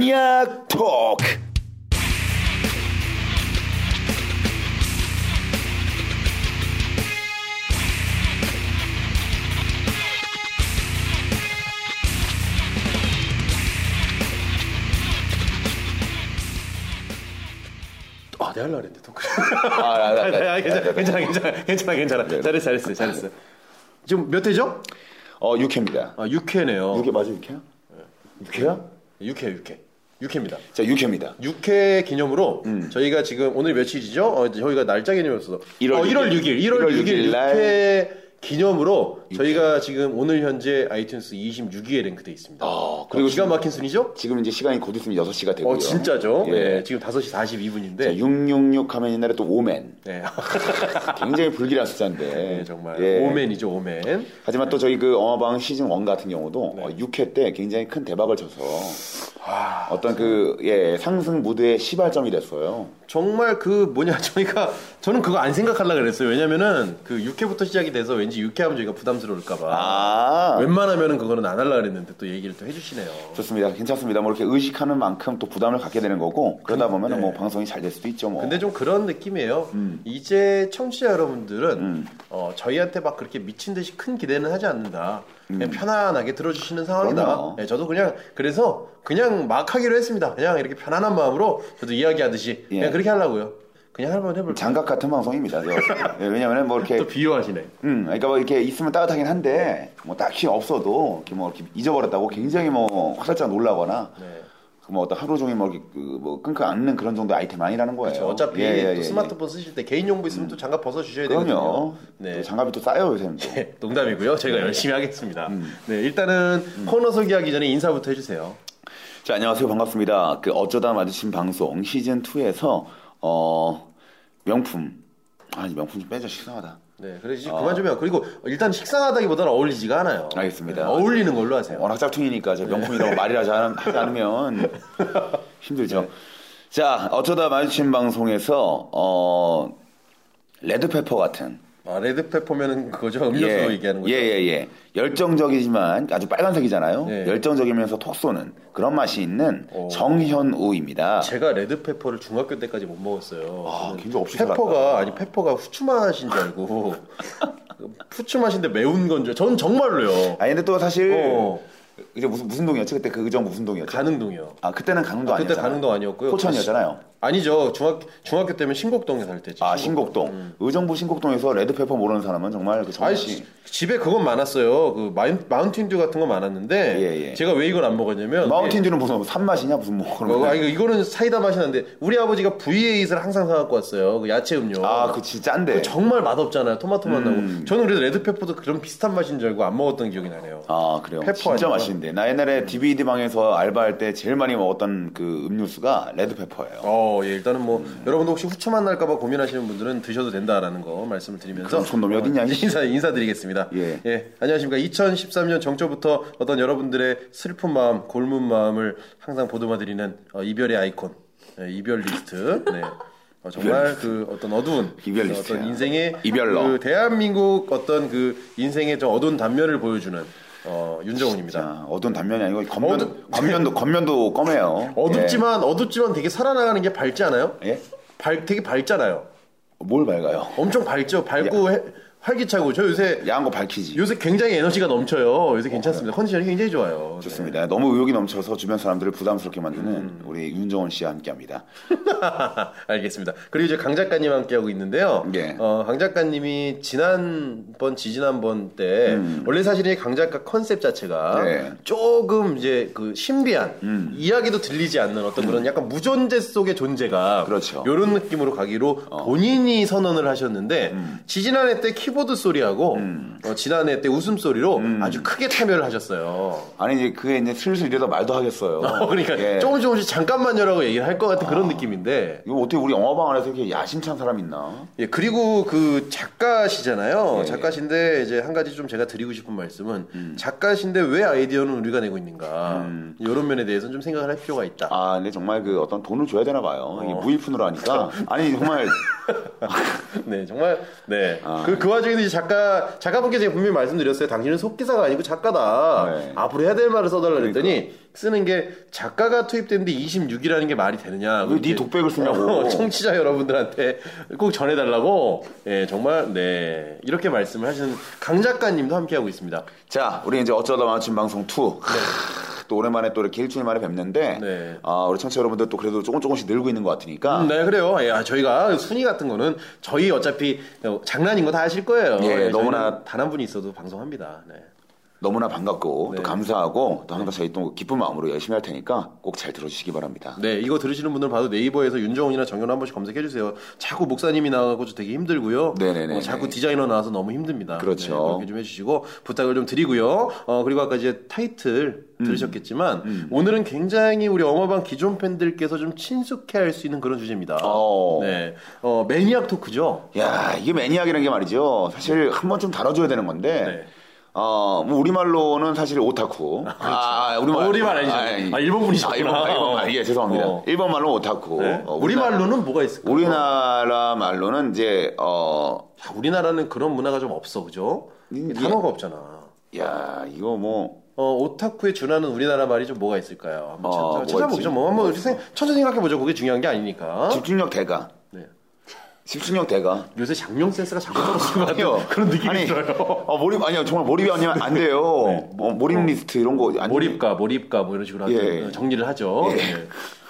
매니악 토크. 아, 내가 하려고 했는데, 토크. 아, 아, 아, 아, 아, 괜찮아, 괜찮아, 괜찮아, 괜찮아, 괜찮아. 잘했어, 잘했어, 잘했어. 네, 지금 몇 회죠? 어, 6회입니다. 아, 6회네요. 육회 맞아, 6회야? 6회야? 6회, 6회. 6회입니다. 자, 6회입니다. 6회 기념으로 저희가 지금 오늘 며칠이죠? 어, 이제 저희가 날짜 기념이었어. 일월 어, 육일. 1월 6일, 1월, 일월 6일, 육일 날. 6회 기념으로 저희가 지금 오늘 현재 아이튠스 26위에 랭크돼 있습니다. 어, 아, 그리고 그리고 기가 막힌 순이죠? 지금 이제 시간이 곧 있으면 6시가 되고요. 어, 진짜죠? 예. 네, 지금 5시 42분인데. 자, 666 하면 옛날에 또 오맨. 네. 굉장히 불길한 숫자인데. 네, 정말 예. 오맨이죠, 오맨. 하지만 또 저희 그 어마방 시즌 1 같은 경우도 네. 어, 6회 때 굉장히 큰 대박을 쳐서 아, 어떤 그, 네. 예, 상승 무드의 시발점이 됐어요. 정말 그 뭐냐 저희가 저는 그거 안 생각하려고 그랬어요 왜냐면은 그 6회부터 시작이 돼서 왠지 6회 하면 저희가 부담스러울까봐 아. 웬만하면은 그거는 안 하려고 그랬는데 또 얘기를 또 해주시네요 좋습니다. 괜찮습니다. 뭐 이렇게 의식하는 만큼 또 부담을 갖게 되는 거고 그러다 보면 은뭐 방송이 잘 될 수도 있죠. 뭐. 네. 근데 좀 그런 느낌이에요 음. 이제 청취자 여러분들은 어, 저희한테 막 그렇게 미친 듯이 큰 기대는 하지 않는다 그냥 편안하게 들어주시는 상황이다 음. 그럼요. 네, 저도 그냥 그래서 그냥 막 하기로 했습니다 그냥 이렇게 편안한 마음으로 저도 이야기하듯이 예. 그냥 그렇게 하려고요 그냥 한번 해볼게요 장갑 같은 방송입니다. 제가. 예, 왜냐면 뭐 이렇게 또 비유하시네 음, 그러니까 뭐 이렇게 있으면 따뜻하긴 한데 뭐 딱히 없어도 이렇게 뭐 이렇게 잊어버렸다고 굉장히 뭐 화들짝 놀라거나 네. 그뭐 어떤 하루 종일 뭐 이렇게 그뭐 끙끙 앓는 그런 정도 의 아이템 아니라는 거예요. 그렇죠. 어차피 예, 예, 또 예, 스마트폰 쓰실 때 개인 용부 있으면 또 장갑 벗어 주셔야 예. 되거든요. 그럼요. 네. 또 장갑이 또 싸요 요새는 또. 네, 농담이고요. 저희가 열심히 하겠습니다. 음. 네, 일단은 코너 소개하기 전에 인사부터 해주세요. 자 안녕하세요 반갑습니다. 그 어쩌다 마주친 방송 시즌 2에서 어 명품 아니 명품 좀 빼자 식상하다. 네, 그래 이제 그만 좀 해요. 그리고 일단 식상하다기보다는 어울리지가 않아요. 아. 알겠습니다. 네, 어울리는 걸로 하세요. 워낙 짝퉁이니까 제 네. 명품이라고 말이라지 않- 하지 않으면 힘들죠. 자, 어쩌다 마주친 방송에서 어 레드페퍼 같은 아, 레드페퍼면은 그거죠. 음료수 얘기하는 거죠. 예, 예, 예. 열정적이지만 아주 빨간색이잖아요. 네. 열정적이면서 톡 쏘는 그런 맛이 있는 오. 정현우입니다. 제가 레드페퍼를 중학교 때까지 못 먹었어요. 아, 저는 굉장히 없이 페퍼가 아니 페퍼가 후추 맛인 줄 알고 후추 맛인데 매운 건 줄. 전 정말로요. 아니 예. 근데 또 사실 어. 이제 무슨 무슨 동이었지 그때 그 의정 무슨 동이었죠? 가능동이요. 아 그때는 강릉도 그때 아니었잖아요. 가능동 아니었고요. 포천이었잖아요. 아니죠. 중학 중학교 때면 신곡동에 살 때지. 아 신곡동 의정부 신곡동에서 레드페퍼 모르는 사람은 정말 그 아니, 정말 씨. 지- 집에 그건 많았어요. 그 마인, 마운틴듀 같은 건 많았는데 예, 예. 제가 제가 왜 이걸 안 먹었냐면 마운틴듀는 무슨 산맛이냐 무슨 뭐 그런 네. 뭐, 거. 아니, 이거- 이거는 사이다 맛이 나는데 우리 아버지가 V8을 항상 사갖고 왔어요. 그 야채 음료. 아, 그치 음. 짠데. 그거 정말 맛없잖아요. 토마토 맛 나고. 저는 그래서 레드페퍼도 그런 비슷한 맛인 줄 알고 안 먹었던 기억이 나네요. 아, 그래요. 페퍼 진짜 아닌가? 맛있는데. 나 옛날에 DVD 방에서 알바할 때 제일 많이 먹었던 그 음료수가 레드페퍼예요. 어, 예, 일단은 뭐 음. 여러분도 혹시 후추 맛 날까봐 고민하시는 분들은 드셔도 된다라는 거 말씀을 드리면서 그럼 손놈이 어딨냐, 어, 이씨. 인사 인사드리겠습니다. 예. 안녕하십니까. 2013년 정초부터 어떤 여러분들의 슬픈 마음, 골문 마음을 항상 보듬어드리는 어, 이별의 아이콘, 예, 이별 리스트. 네. 어, 정말 그 어떤 어두운 이별 어, 리스트야. 어떤 인생의 이별러. 그 대한민국 어떤 그 인생의 저 어두운 단면을 보여주는 어, 윤정훈입니다. 자, 어두운 단면이 아니고 겉면, 어두- 겉면도 겉면도 검해요. 어둡지만 어둡지만 되게 살아나가는 게 밝지 않아요? 예. 예? 밝 되게 밝잖아요. 뭘 밝아요? 엄청 밝죠. 밝고 해- 활기차고 저 요새 야한 거 밝히지. 요새 굉장히 에너지가 넘쳐요. 요새 괜찮습니다. 컨디션이 굉장히 좋아요. 좋습니다. 너무 의욕이 넘쳐서 주변 사람들을 부담스럽게 만드는 음. 우리 윤정원 씨와 함께합니다. 알겠습니다. 그리고 이제 강 작가님 함께 하고 있는데요. 예. 어, 강 작가님이 지난번 지지난번 때 음. 원래 사실은 이강 작가 컨셉 자체가 네. 조금 이제 그 신비한 음. 이야기도 들리지 않는 어떤 그런 약간 무존재 속의 존재가 그렇죠. 어. 이런 느낌으로 가기로 본인이 선언을 하셨는데 음. 지지난해 때 키보드 소리하고 어, 지난해 때 웃음 소리로 아주 크게 참여를 하셨어요. 아니 이제 그게 이제 슬슬 이러다 말도 하겠어요. 어, 그러니까 예. 아. 조금 조금씩 잠깐만요라고 얘기를 할 것 같은 그런 느낌인데 이거 어떻게 우리 영화방 안에서 이렇게 야심찬 사람 있나? 예, 그리고 그 작가시잖아요. 예. 음. 작가신데 이제 한 가지 좀 제가 드리고 싶은 말씀은 작가신데 왜 아이디어는 우리가 내고 있는가. 이런 면에 대해서는 좀 생각을 할 필요가 있다. 아, 근데 정말 그 어떤 돈을 줘야 되나 어. 봐요. 이게 무일푼으로 하니까. 아니, 정말 네, 정말 네. 아. 그, 그 와중에도 이 작가 작가분께 제가 분명히 말씀드렸어요. 당신은 속기사가 아니고 작가다. 네. 그러니까. 앞으로 해야 될 말을 써달라 그랬더니 쓰는 게 작가가 투입됐는데 26이라는 게 말이 되느냐. 왜네 이제 독백을 쓰냐고. 어, 청취자 여러분들한테 꼭 전해달라고. 예, 정말 네 이렇게 말씀을 하시는 강 작가님도 함께 하고 있습니다. 자, 우리 이제 어쩌다 마주친 방송 2. 크, 또 오랜만에 또 이렇게 일주일 만에 뵙는데, 네. 아, 우리 청취자 여러분들 또 그래도 조금 조금씩 늘고 있는 것 같으니까, 음, 네, 그래요. 예, 아, 저희가 순위 같은 거는 저희 어차피 장난인 거 다 아실 거예요. 예, 저희는 너무나- 단한 분이 있어도 방송합니다. 네. 너무나 반갑고, 네. 또 감사하고, 또 항상 저희 또 기쁜 마음으로 열심히 할 테니까 꼭 잘 들어주시기 바랍니다. 네, 이거 들으시는 분들 봐도 네이버에서 윤정훈이나 정현 한 번씩 검색해 주세요. 자꾸 목사님이 나가고 저 되게 힘들고요. 네네네. 어, 자꾸 디자이너 나와서 너무 힘듭니다. 그렇죠. 네, 그렇게 좀 해주시고 부탁을 좀 드리고요. 어, 그리고 아까 이제 타이틀 음. 들으셨겠지만 오늘은 굉장히 우리 어마방 기존 팬들께서 좀 친숙해할 수 있는 그런 주제입니다. 어. 네, 어, 매니악 토크죠. 야, 이게 매니악이라는 게 말이죠. 사실 한 번쯤 다뤄줘야 되는 건데, 네. 어, 뭐 우리말로는 사실 오타쿠. 아, 어, 우리말 아니죠. 아, 일본 분이시구나. 아, 일본, 아, 일본 말. 예, 죄송합니다. 어. 일본 말로 오타쿠. 네. 어, 우리 말로는 뭐가 있을까요? 우리나라 말로는 이제, 어, 야, 아, 우리나라는 그런 문화가 좀 없어, 그죠? 음, 단어가 없잖아. 야, 이거 뭐, 어, 오타쿠에 준하는 우리나라 말이 좀 뭐가 있을까요? 한번 어, 찾아, 뭐가 찾아보죠. 있지? 뭐, 한번 우리 생- 천천히 생각해보죠. 그게 중요한 게 아니니까. 집중력 대가. 어? 네. 집중력 대가. 요새 장명 센스가 자꾸 떨어지는 것 같아요. 아니요. 그런 느낌이 아니, 들어요. 네. 어, 몰입, 아니요. 정말 몰입이 아니면 안 돼요. 어, 몰입 리스트 이런 거. 안 몰입가, 몰입가, 뭐 이런 식으로 예. 하여튼 정리를 하죠. 예. 네.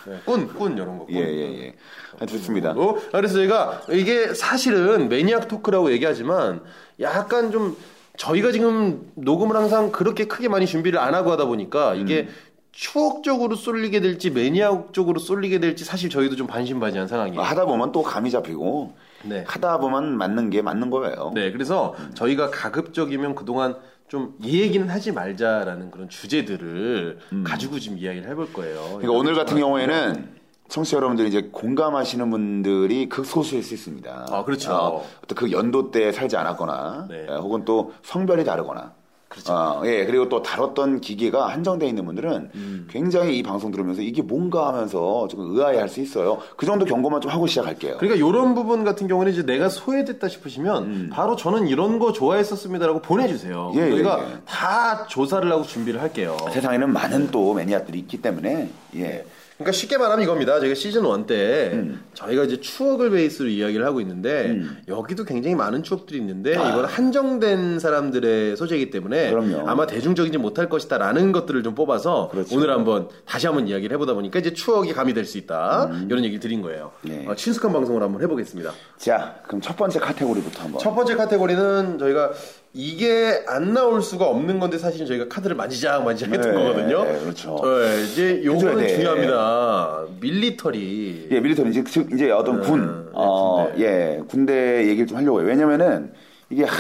네. 꾼, 꾼, 이런 거. 꾼. 예, 예, 예. 아, 좋습니다. 어? 그래서 저희가 이게 사실은 매니악 토크라고 얘기하지만 약간 좀 저희가 지금 녹음을 항상 그렇게 크게 많이 준비를 안 하고 하다 보니까 이게 음. 추억 쪽으로 쏠리게 될지 매니악 쪽으로 쏠리게 될지 사실 저희도 좀 반신반의한 상황이에요. 하다 보면 또 감이 잡히고, 네. 하다 보면 맞는 게 맞는 거예요. 네, 그래서 저희가 가급적이면 그동안 좀 이 얘기는 하지 말자라는 그런 주제들을 가지고 지금 이야기를 해볼 거예요. 음. 그러니까 오늘 같은 경우에는 청취자 여러분들이 이제 공감하시는 분들이 극소수일 수 있습니다. 아, 그렇죠. 어, 어떤 그 연도대에 살지 않았거나, 네. 예, 혹은 또 성별이 다르거나. 그렇죠. 어, 예, 그리고 또 다뤘던 기계가 한정되어 있는 분들은 음. 굉장히 이 방송 들으면서 이게 뭔가 하면서 조금 의아해 할 수 있어요. 그 정도 경고만 좀 하고 시작할게요. 그러니까 이런 부분 같은 경우는 이제 내가 소외됐다 싶으시면 바로 저는 이런 거 좋아했었습니다라고 보내주세요. 예, 저희가 예, 예. 다 조사를 하고 준비를 할게요. 세상에는 많은 또 매니아들이 있기 때문에, 예. 그러니까 쉽게 말하면 이겁니다. 저희가 시즌 1 때 저희가 이제 추억을 베이스로 이야기를 하고 있는데 여기도 굉장히 많은 추억들이 있는데 이건 한정된 사람들의 소재이기 때문에 그럼요. 아마 대중적이지 못할 것이다라는 것들을 좀 뽑아서 그렇죠. 오늘 한번 다시 한번 이야기를 해보다 보니까 이제 추억이 가미될 수 있다 이런 얘기를 드린 거예요. 네. 어, 친숙한 방송을 한번 해보겠습니다. 자, 그럼 첫 번째 카테고리부터 한번. 첫 번째 카테고리는 저희가 이게 안 나올 수가 없는 건데 사실은 저희가 카드를 만지작 만지작 했던 네, 거거든요. 네, 그렇죠. 네, 이제 요거는 해줘야 돼. 중요합니다. 밀리터리. 예, 밀리터리 즉, 즉 이제 어떤 군, 네, 어, 예, 군대 얘기를 좀 하려고 해요. 왜냐면은 이게 하-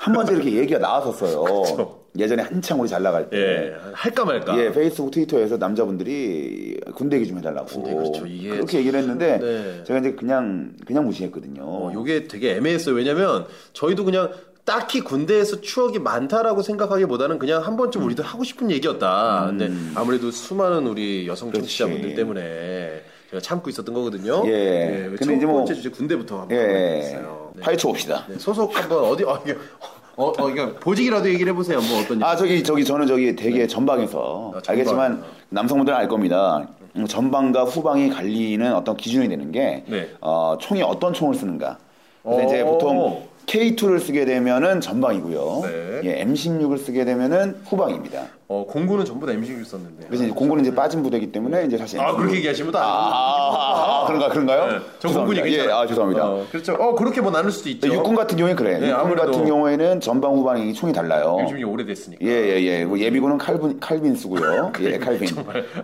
한 번째 이렇게 얘기가 나왔었어요. 그쵸. 예전에 한창 우리 잘 나갈 때. 예, 할까 말까. 예, 페이스북, 트위터에서 남자분들이 군대 얘기 좀 해달라고. 군대, 그렇죠. 이게 렇게 얘기를 했는데, 네. 제가 이제 그냥, 그냥 무시했거든요. 어, 요게 되게 애매했어요. 왜냐면 저희도 그냥 딱히 군대에서 추억이 많다라고 생각하기보다는 그냥 한 번쯤 음. 우리도 하고 싶은 얘기였다. 근데 아무래도 수많은 우리 여성 청취자분들 때문에 제가 참고 있었던 거거든요. 예. 근데 근데 첫 이제 뭐- 번째 주제 군대부터 한번 예, 해보겠어요. 네. 파헤쳐 봅시다. 네, 소속 한번 어디 어, 이게, 어, 어, 이게 보직이라도 얘기를 해보세요. 뭐 어떤 아, 저기, 저기, 저는 저기 되게 전방에서, 네. 아, 전방. 알겠지만, 남성분들은 알 겁니다. 음, 전방과 후방이 갈리는 어떤 기준이 되는 게, 네. 어, 총이 어떤 총을 쓰는가. 그래서 오. 이제 보통 K2를 쓰게 되면은 전방이고요. 네. 예, M16을 쓰게 되면은 후방입니다. 어, 공군은 전부 다 M16 썼는데. 그래서 이제 공군은 이제 빠진 부대이기 때문에 이제 사실. 아 M16 그렇게 얘기하시면 다. 네, 아, 아, 아, 아, 그런가, 그런가요? 저 공군이 죄송합니다. 예, 아, 죄송합니다. 어, 그렇죠. 어 그렇게 뭐 나눌 수도 있죠. 육군 같은 경우에 그래. 네, 육군 아무래도. 같은 경우에는 전방 후방이 총이 달라요. 요즘이 오래됐으니까. 예, 예, 예. 뭐 예비군은 칼빈, 칼빈 쓰고요. 예, 칼빈.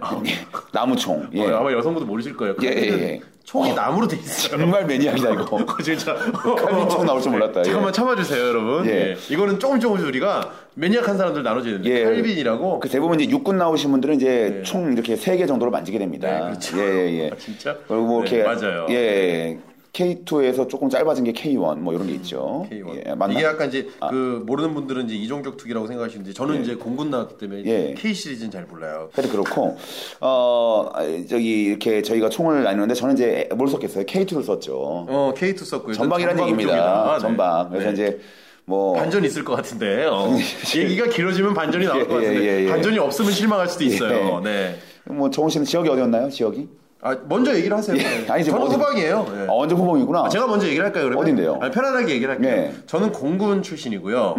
아. 예, 나무총. 예. 어, 아마 여성분도 모르실 거예요. 예, 예, 칼빈은 예. 총이 나무로 돼 있어요. 정말 매니악이다, 이거. 진짜 칼빈 총 나올 줄 몰랐다. 예. 잠깐만 참아주세요, 여러분. 예. 예. 이거는 조금 조금씩 우리가 매니악한 사람들 나눠지는데 예. 칼빈이라고. 그 대부분 이제 육군 나오신 분들은 이제 총 이렇게 세 개 정도로 만지게 됩니다. 네, 그렇죠. 예, 예, 예. 아, 진짜? 그리고 뭐 네, 이렇게. 맞아요. 예, 예. K2에서 조금 짧아진 게 K1 뭐 이런 게 있죠. K1. 예, 맞나? 이게 약간 이제 그 모르는 분들은 이제 이종격 투기라고 생각하시는데 저는 이제 공군 나왔기 때문에 예. K 시리즈는 잘 몰라요. 하여튼 그렇고 어 저기 이렇게 저희가 총을 나누는데 저는 이제 뭘 썼겠어요? K2를 썼죠. 어 K2 썼고요. 전방이라는 전방 얘기입니다. 쪽이다. 네. 전방. 그래서 네. 이제 뭐 반전 있을 것 같은데 어. 얘기가 길어지면 반전이 나올 것 예, 같은데 예, 예. 반전이 없으면 실망할 수도 있어요. 네. 뭐 정우 씨는 지역이 어디였나요? 지역이? 아 먼저 얘기를 하세요. 예. 아니, 지금 저는 어디- 후방이에요. 예. 아, 언제 후봉이구나. 아, 제가 먼저 얘기를 할까요, 그러면? 어딘데요? 아니, 편안하게 얘기를 할게요. 네. 음. 저는 공군 출신이고요.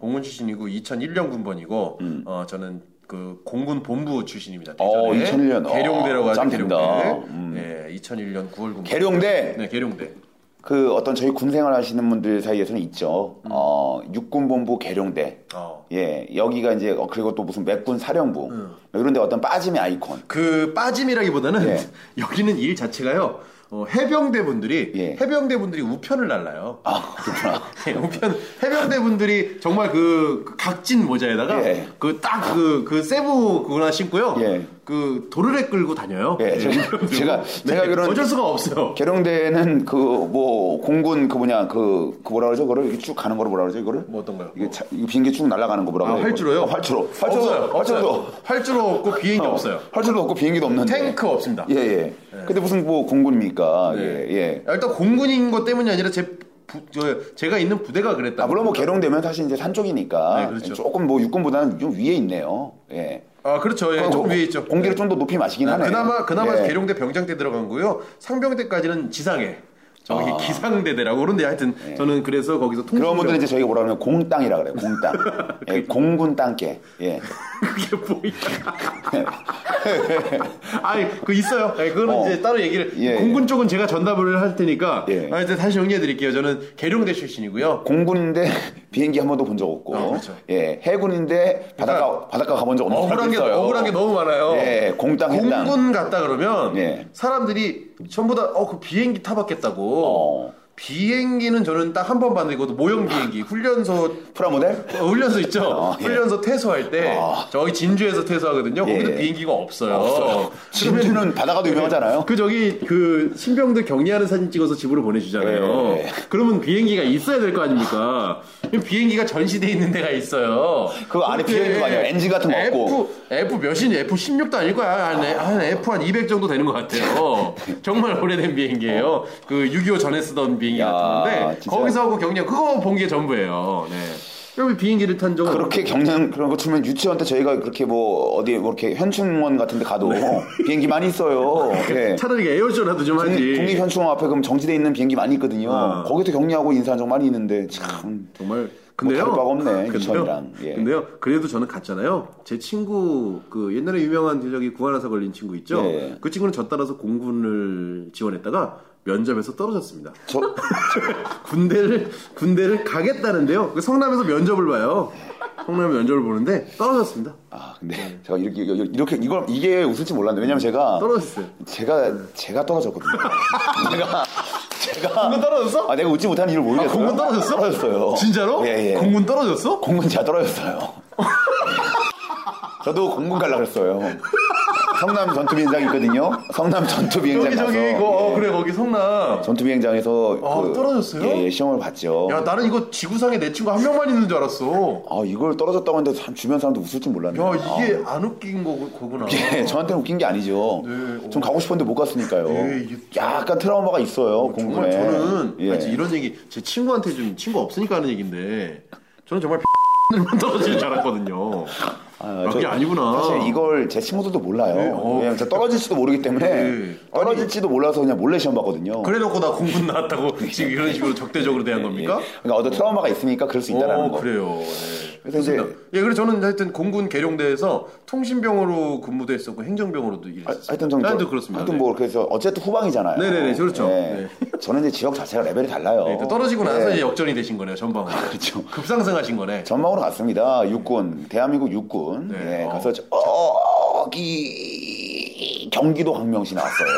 공군 출신이고 2001년 군번이고 어, 저는 그 공군 본부 출신입니다. 어, 2001년. 어, 계룡대라고 하죠. 짬 계룡대. 된다. 음. 네, 2001년 9월 군번. 계룡대 네, 계룡대. 그 어떤 저희 군 생활 하시는 분들 사이에서는 있죠. 음. 어 육군본부 계룡대. 어. 예, 여기가 이제 어, 그리고 또 무슨 맥군 사령부 음. 뭐 이런 데 어떤 빠짐의 아이콘. 그 빠짐이라기보다는 예. 여기는 일 자체가요. 어, 해병대 분들이 예. 해병대 분들이 우편을 날라요. 아, 그렇구나. 예, 우편 해병대 분들이 정말 그 각진 모자에다가 예. 그 딱 그 그 세부 그거나 신고요. 예. 그 도르래 끌고 다녀요. 네, 예, 제가- 제가- 제가 그런- 어쩔 수가 없어요. 계룡대는 그 뭐 공군 그 뭐냐 그 그 뭐라 그러죠? 그거를 이렇게 쭉 가는 거를 뭐라 그러죠? 이거를? 뭐 어떤가요? 이게 차- 이거 비행기 쭉 날아가는 거 뭐라 아, 그래요? 활주로요? 어, 활주로. 활주로. 없어요. 활주로. 없어요. 활주로 없고 비행기 어, 없어요. 활주로도 없고 비행기도 없는데. 탱크 네. 없습니다. 예, 예. 근데 무슨 뭐 공군입니까? 예, 예. 일단 공군인 것 때문이 아니라 제 부, 저, 제가 있는 부대가 그랬다. 아, 물론 뭐 계룡대면 사실 이제 산 쪽이니까 네, 그렇죠. 조금 뭐 육군보다는 좀 위에 있네요. 예. 아 그렇죠. 예, 조금 공- 위에 있죠. 어, 공기를 좀 더 높이 마시긴 하네. 그나마 그나마 예. 계룡대 병장대 들어간 거요. 상병대까지는 지상에 저기 기상대대라고 그러는데 하여튼 저는 그래서 거기서 아. 통신 예. 그런 분들은 이제 저희가 뭐라 그러면 공땅이라 그래요. 공땅. 예, 공군 땅개. 예. 그게 뭐야? 아니 그 있어요. 예, 그거는 어. 이제 따로 얘기를 예, 예. 공군 쪽은 제가 전답을 할 테니까 예. 아, 이제 다시 정리해 드릴게요. 저는 계룡대 출신이고요. 공군인데 비행기 한 번도 본 적 없고, 아, 그렇죠. 그러니까 예 해군인데 바닷가 바닷가 가본 적 없는 억울한 사람도 게 있어요. 억울한 게 너무 많아요. 아, 예, 공땅 해당. 공군 갔다 그러면 예. 사람들이 전부 다 어 그 비행기 타봤겠다고. 어. 비행기는 저는 딱 한 번 봤는데 그것도 모형 비행기 훈련소 프라모델? 어, 훈련소 있죠? 어, 예. 훈련소 퇴소할 때 아. 저기 진주에서 퇴소하거든요. 거기도 예. 비행기가 없어요. 없어요. 진주는 바다가도 유명하잖아요. 그 저기 그 신병들 격리하는 사진 찍어서 집으로 보내주잖아요. 예. 그러면 비행기가 있어야 될 거 아닙니까? 비행기가 전시돼 있는 데가 있어요. 그 안에 그렇게 비행기도 아니에요. 엔진 같은 거 F, 없고. F 몇이니? F 16도 아닐 거야. 한, 한 F 한 200 정도 되는 것 같아요. 정말 오래된 비행기예요. 그 6.25 전에 쓰던 비행기 야, 같은데 진짜. 거기서 하고 격리 그거 본 게 전부예요. 네. 여기 비행기를 탄 적은 그렇게 경량 그런 거 추면 유치원 때 저희가 그렇게 뭐 어디 뭐 이렇게 현충원 같은 데 가도 네. 비행기 많이 있어요. 예. 차라리 에어쇼라도 좀 하지. 음, 국립현충원 앞에 그럼 정지돼 있는 비행기 많이 있거든요. 아. 거기서 격리하고 인사한 적 많이 있는데 참 정말 뭐 근데요. 다를 바가 없네, 근데요? 유치원이랑. 예. 근데요. 그래도 저는 갔잖아요. 제 친구 그 옛날에 유명한 저기 구하나사 걸린 친구 있죠. 예. 그 친구는 저 따라서 공군을 지원했다가 면접에서 떨어졌습니다. 저 군대를 군대를 가겠다는데요. 그 성남에서 면접을 봐요. 성남에 면접을 보는데 떨어졌습니다. 아, 근데 제가 이렇게 이렇게 이걸 이게 웃을지 몰랐는데 왜냐면 제가 떨어졌어요. 제가 제가 떨어졌거든요. 제가 제가 공군 떨어졌어? 아 내가 웃지 못하는 이유를 모르겠어요. 공군 떨어졌어? 떨어졌어요. 진짜로? 예, 예. 공군 떨어졌어? 공군 제가 떨어졌어요. 저도 공군 갈라 그랬어요. 성남 전투 비행장 있거든요. 성남 전투 비행장 저기 가서 저기 그, 어, 예, 그래 거기 성남. 전투 비행장에서 아, 떨어졌어요? 예, 예, 시험을 봤죠. 야 나는 이거 지구상에 내 친구 한 명만 있는 줄 알았어. 아 이걸 떨어졌다고 하는데 참 주변 사람도 웃을 줄 몰랐네요. 야 이게 안 웃긴 거, 거구나. 아. 예, 저한테는 웃긴 게 아니죠. 네, 어. 좀 가고 싶었는데 못 갔으니까요. 네, 이게 약간 트라우마가 있어요, 공군에. 정말 저는 예. 아니, 이런 얘기 제 친구한테 좀 친구 없으니까 하는 얘기인데 저는 정말 X들만 떨어지는 줄 알았거든요. 아, 저- 그게 아니구나. 사실 이걸 제 친구들도 몰라요. 네, 어. 왜냐면 제가 떨어질지도 모르기 때문에 네. 떨어질지도 몰라서 그냥 몰래 시험 봤거든요. 그래놓고 나 공군 나왔다고 지금 이런 식으로 적대적으로 대한 예. 겁니까? 그러니까 어떤 트라우마가 있으니까 그럴 수 있다라는 어 거. 그래요. 네. 그래서 이제 그렇습니다. 예, 그래서 저는 하여튼 공군 계룡대에서 통신병으로 근무도 했었고 행정병으로도 하- 일했었어요. 아, 하여튼 좀 하여튼 저- 그렇습니다. 하여튼 네. 뭐 그래서 어쨌든 후방이잖아요. 네네네, 그렇죠. 예. 저는 이제 지역 자체가 레벨이 달라요. 네, 또 떨어지고 나서 예. 이제 역전이 되신 거네요. 전방으로. 그렇죠. 급상승하신 거네. 전망으로 갔습니다. 예, 어. 육군, 대한민국 육군. 네. 예, 어. 가서 저기 경기도 강명시 나왔어요.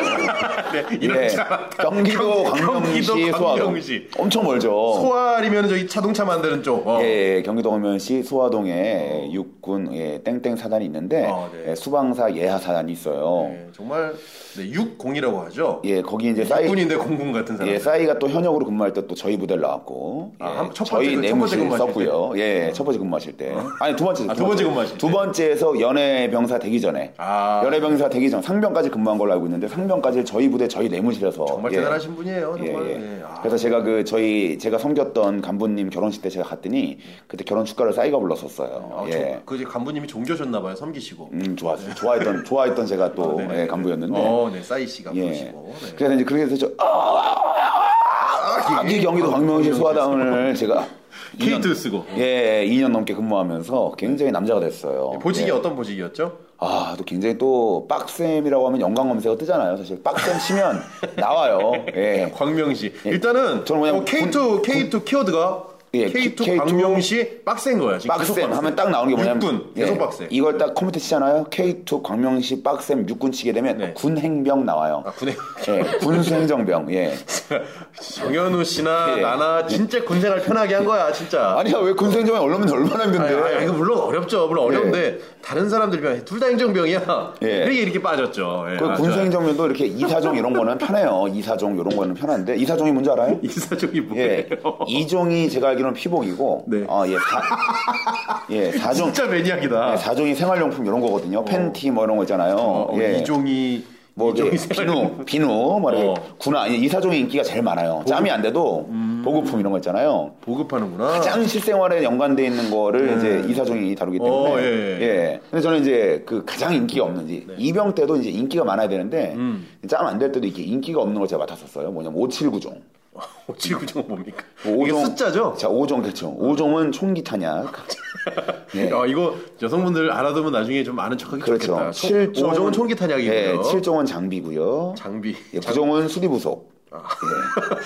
네, 예, 이렇지 않았다. 경기도 경- 강명시 경기도 소화동. 광명시. 엄청 멀죠. 소알이면 저기 자동차 만드는 쪽. 어. 예, 예, 경기도 강명시 소화동에 육군 예, 땡땡 사단이 있는데 어, 네. 예, 수방사 예하 사단이 있어요. 네, 정말 네, 60이라고 하죠. 예, 거기 이제 싸이 군인데 공군 같은 사람. 예, 싸이가 또 현역으로 근무할 때 또 저희 부대를 나왔고 예, 아, 한- 첫 번째 저희 그- 첫 번째 내무실 근무하실 썼고요. 예, 첫 번째 근무하실 때 아니 두 번째 아, 두 번째 근무하실 두 때. 번째에서 연예병사 되기 전에 아, 연예병사 되기 전 상병까지 근무한 걸로 알고 있는데 상병까지 저희 부대 저희 내무실에서 정말 예, 대단하신 분이에요. 예, 정말. 예. 예, 아. 그래서 제가 그 저희 제가 섬겼던 간부님 결혼식 때 제가 갔더니 그때 결혼 축가를 싸이가 불렀었어요. 아, 예. 저- 그 이제 간부님이 종교셨나 봐요. 섬기시고. 음, 좋았 좋아했던 좋아했던 제가 또 아, 네네. 예, 간부였는데. 어, 네. 싸이 씨가 예. 부르시고. 네. 그래서 이제 그렇게 해서 저 아, 아, 이 경기도 광명시 소화당을 제가 케이트 2년, 쓰고. 예, 2년 넘게 근무하면서 굉장히 남자가 됐어요. 보직이 예. 어떤 보직이었죠? 아, 또 굉장히 또 빡셈이라고 하면 연관 검색어 뜨잖아요. 사실 빡셈 치면 나와요. 예. 광명시. 일단은 저는 뭐냐면 어, K2 K2 키워드가 예, K2, K2 광명시 빡센 거야. 지금 계속 빡셈 빡세. 하면 딱 나오는 게 뭐냐면 육군 예, 계속 빡세. 이걸 딱 컴퓨터 치잖아요. K2 광명시 빡셈 육군 치게 되면 네. 군행병 나와요. 아, 군에 예, 군수행정병. 예. 정현우 씨나 예. 나나 진짜 군생활 편하게 한 거야, 진짜. 아니야, 왜 군수행정병 얼마면 얼마나 아니, 힘든데? 아니, 이거 물론 어렵죠. 물론 어려운데 다른 사람들 비하면 둘 다 행정병이야. 예. 그게 이렇게 빠졌죠. 예, 그 맞아요. 군수행정면도 이렇게 이사종 이런 거는 편해요. 이사종 이런 거는 편한데 이사종이 뭔지 알아요? 이사종이 뭐예요? 예, 이종이 제가 알기로는 피복이고, 네. 어, 예, 사, 예, 사종, 진짜 매니악이다. 예, 사종이 생활용품 이런 거거든요. 팬티 뭐 이런 거 있잖아요. 어, 예. 이종이 뭐 이게 이종이 비누, 비누, 뭐 이렇게 어. 음. 군화 아니, 이사종이 인기가 제일 많아요. 짬이 안 돼도 보급품 이런 거 있잖아요. 보급하는구나. 가장 실생활에 연관돼 있는 거를 이제 이사종이 다루기 때문에 네. 어, 예, 네. 예. 예. 근데 저는 이제 그 가장 인기가 없는지 이병 때도 이제 인기가 많아야 되는데 음. 짬 안 될 때도 이렇게 인기가 없는 걸 제가 맡았었어요. 뭐냐면 579종. 어, 지구종 그 뭡니까? 뭐 이게 오종- 숫자죠? 자, 5종 그렇죠. 5종은 총기 탄약. 예. 아, 이거 여성분들 알아두면 나중에 좀 아는 척하기 그렇죠. 좋겠다. 7종은 5종은 총기 탄약이고요. 예, 7종은 장비고요. 장비. 아. 예, 9종은 수리부속. 예.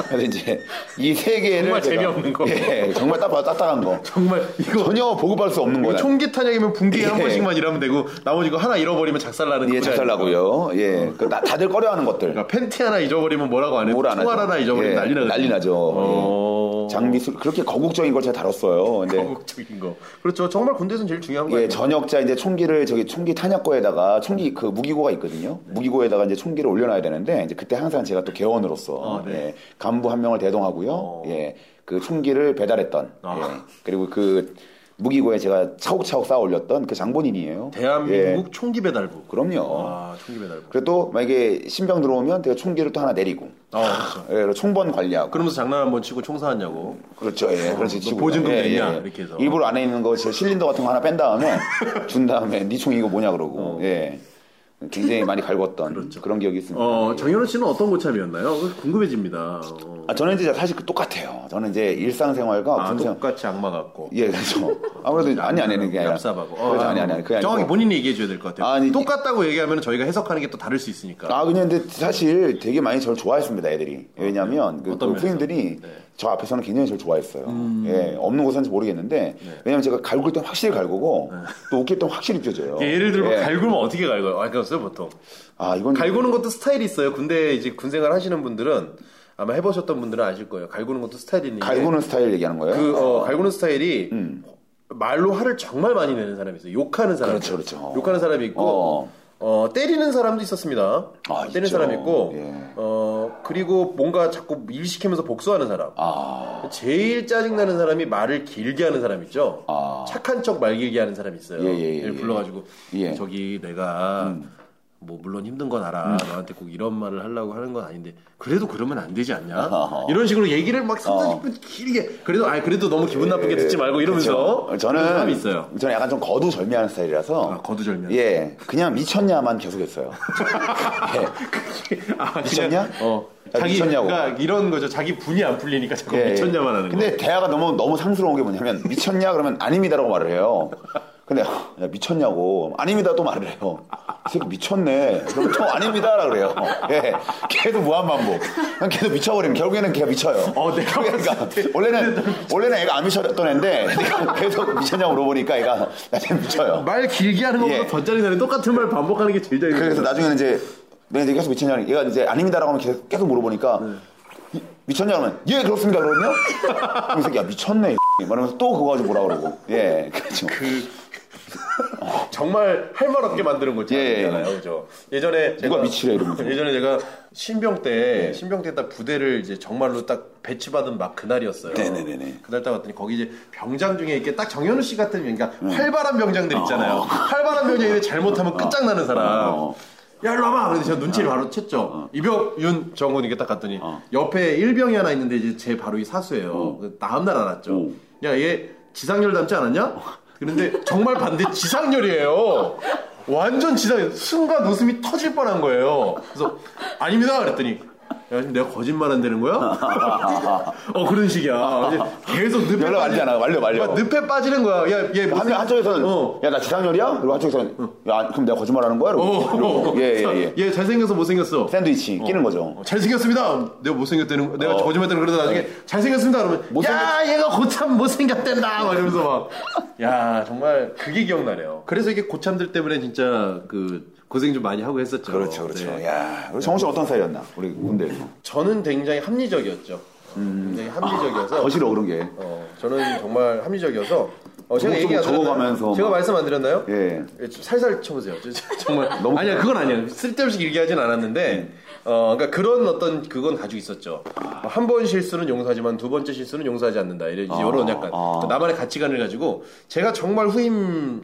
그래서 이제 이 세 개를 정말 제가- 재미없는 거. 예, 정말 따- 따뜻한 거. 정말 이거 전혀 보급할 수 없는 이거 거예요. 뭐 총기 탄약이면 분기에 한 네. 예. 번씩만 일하면 되고 나머지 이거 하나 잃어버리면 작살나는 예, 그거 잘 아닙니까? 나고요. 예, 그 나- 다들 꺼려하는 것들. 어. 그러니까 팬티 하나 잊어버리면 뭐라고 안 해도 뭘안 총알 하죠. 하나 잊어버리면 예, 난리 나죠. 난리 나죠. 어... 예. 장비 수 그렇게 거국적인 걸 제가 다뤘어요. 근데 거국적인 거. 그렇죠. 정말 군대에서는 제일 중요한 거예요. 예, 전역자 이제 총기를 저기 총기 탄약고에다가 총기 그 무기고가 있거든요. 네. 무기고에다가 이제 총기를 올려놔야 되는데 이제 그때 항상 제가 또 개원으로서 아, 네. 어. 예, 간부 한 명을 대동하고요. 예, 그 총기를 배달했던 아. 예, 그리고 그 무기고에 제가 차곡차곡 쌓아 올렸던 그 장본인이에요. 대한민국 예, 총기 배달부. 그럼요. 아, 총기 배달부. 그리고 또 만약에 신병 들어오면 내가 총기를 또 하나 내리고 아, 그렇죠. 예, 총번 관리하고 그러면서 장난 한번 치고 총 사왔냐고. 그렇죠. 예. 어, 그렇지. 너 치고. 보증금 예, 냈냐? 예, 예. 이렇게 해서. 일부러 안에 있는 거 제 실린더 같은 거 하나 뺀 다음에 준 다음에 니총 이거 뭐냐 어. 그러고. 예. 굉장히 많이 갈궜던 그런 기억이 있습니다. 그렇죠. 어, 정현우 씨는 어떤 고참이었나요? 궁금해집니다. 어. 아, 저는 이제 사실 그 똑같아요. 저는 이제 일상생활과 아, 군생 똑같이 악마 같고. 예, 그렇죠. 아무래도 아니 아니 아니 그게 아니라. 얍삽하고. 어, 그렇죠. 아니 아니 아니. 그게 아니고. 정확히 뭐- 본인이 얘기해 줘야 될 것 같아요. 아니, 똑같다고 얘기하면 저희가 해석하는 게 또 다를 수 있으니까. 아, 그냥 근데 사실 되게 많이 저를 좋아했습니다, 애들이. 왜냐면, 그, 어떤 네. 음. 그 후임들이 저 앞에서는 굉장히 저를 좋아했어요. 예, 없는 곳은지 모르겠는데, 네. 왜냐면 제가 갈굴 땐 확실히 갈구고, 또 웃길 땐 확실히 웃겨져요. 어, 예를 들면 예. 갈굴면 어떻게 갈고요? 아, 그랬어요, 보통. 아, 이건. 갈구는 것도 스타일이 있어요. 근데 이제 군생활 하시는 분들은 아마 해보셨던 분들은 아실 거예요. 갈구는 것도 스타일이 있는 게 갈구는 스타일 얘기하는 거예요? 네. 그 어, 갈구는 스타일이 말로 화를 정말 많이 내는 사람이 있어요. 욕하는 사람, 그렇죠, 그렇죠. 욕하는 사람이 있고 어. 어. 때리는 사람도 있었습니다. 아, 때리는 있죠. 사람 있고 예. 어 그리고 뭔가 자꾸 일 시키면서 복수하는 사람. 아, 제일 짜증나는 사람이 말을 길게 하는 사람 있죠. 아. 착한 척 말 길게 하는 사람 있어요. 예, 예, 예, 얘를 불러가지고 예. 음. 저기 내가 뭐 물론 힘든 건 알아. 너한테 꼭 이런 말을 하려고 하는 건 아닌데 그래도 그러면 안 되지 않냐? 아하. 어. 이런 식으로 얘기를 막 3, 40분 길게 그래도 아 그래도 너무 기분 나쁘게 듣지 말고 이러면서 예, 그렇죠. 그런 저는 사람이 있어요. 저는 약간 좀 거두절미하는 스타일이라서 아, 거두절미하는 예 그냥 미쳤냐만 계속했어요. 예. 아, 그냥, 미쳤냐? 어. 야, 자기 미쳤냐고. 그러니까 이런 거죠. 자기 분이 안 풀리니까 자꾸 예, 예. 미쳤냐만 하는 근데 대화가 너무 너무 상스러운 게 뭐냐면 미쳤냐 그러면 아닙니다라고 말을 해요. 근데 야, 미쳤냐고 아닙니다 또 말을 해요. 이 새끼 미쳤네. 그럼 또 아닙니다라 그래요. 예, 계속 무한 반복. 그냥 계속 미쳐버리면 결국에는 걔가 미쳐요. 어, 내가 그러니까 원래는 원래는 애가 안 미쳤던 애인데 내가 계속 미쳤냐고 물어보니까 애가 나 지금 미쳐요. 말 길게 하는 것보다 예. 덧자리 나는 똑같은 말 반복하는 게 제일 짜증나. 그래서 나중에는 이제 내가 이제 계속 미쳤냐 얘가 이제 아닙니다라고 하면 계속, 계속 물어보니까 이- 미쳤냐 그러면 예 그렇습니다 그러거든요 그럼 이 새끼 야 미쳤네 이 말하면서 또 그거 가지고 뭐라 그러고 예 그렇죠 그 정말 할 말 없게 만드는 거지. 예, 예. 예, 그죠. 예전에 누가 미치래 이러면서. 네. 예전에 제가 신병 때 신병 때 딱 부대를 이제 정말로 딱 배치받은 막 그날이었어요. 네네네네. 그날 딱 왔더니 거기 이제 병장 중에 이렇게 딱 정현우 씨 같은 그러니까 네. 활발한 병장들 있잖아요. 활발한 병장이 잘못하면 끝장나는 사람. 어. 어. 야 일로 와봐. 그래서 제가 눈치를 바로 챘죠. 이병 윤정훈 이게 딱 갔더니 어. 옆에 일병이 하나 있는데 이제 제 바로 이 사수예요. 그 다음날 알았죠. 오. 야 얘 지상렬 닮지 않았냐? 그런데 정말 반대 지상렬이에요. 완전 지상 순간 웃음이 터질 뻔한 거예요. 그래서 아닙니다 그랬더니 야 지금 내가 거짓말 한다는 거야? 어 그런 식이야. 이제 계속 늪에 연락 안 빠지- 되잖아. 말려, 말려. 막 늪에 빠지는 거야. 야얘 그러니까 한, 한쪽에서는 어. 야 나 지상렬이야? 그리고 한쪽에서는 야 그럼 내가 거짓말하는 거야? 이러고 예예예 어. 얘 잘생겨서 못생겼어. 샌드위치 끼는 거죠 어, 잘생겼습니다. 내가 못생겼다는, 내가 어. 거짓말했다는 그러다 나중에 잘생겼습니다. 그러면 못생겼- 야 얘가 고참 못생겼댄다. 막 이러면서 막. 야 정말 그게 기억나네요. 그래서 이게 고참들 때문에 진짜 그 고생 좀 많이 하고 했었죠. 그렇죠 그렇죠 네. 야 우리 정우 씨 어떤 스타일이었나 우리 군대에서 저는 굉장히 합리적이었죠. 음. 굉장히 합리적이어서 거실어 그런 게 어, 저는 정말 합리적이어서 어, 제가 조금 얘기 안 조금 드렸나요? 적어가면서 제가 막. 말씀 안 드렸나요? 예. 예, 좀 살살 쳐보세요. 저- 저- 정말 너무 네. 아니야 그건 아니야 쓸데없이 길게 하진 않았는데 어 그러니까 그런 어떤 그건 가지고 있었죠. 뭐 한 번 실수는 용서하지만 두 번째 실수는 용서하지 않는다. 이런 이제 이런 약간 그러니까 아. 나만의 가치관을 가지고 제가 정말 후임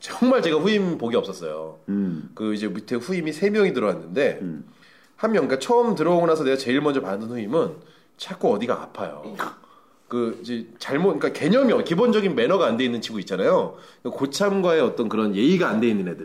정말 제가 후임 복이 없었어요. 음. 그 이제 밑에 후임이 세 명이 들어왔는데 한 명 그러니까 처음 들어오고 나서 내가 제일 먼저 받은 후임은 자꾸 어디가 아파요. 그 이제 잘못 그러니까 개념이 없- 기본적인 매너가 안 돼 있는 친구 있잖아요. 그 고참과의 어떤 그런 예의가 안 돼 있는 애들.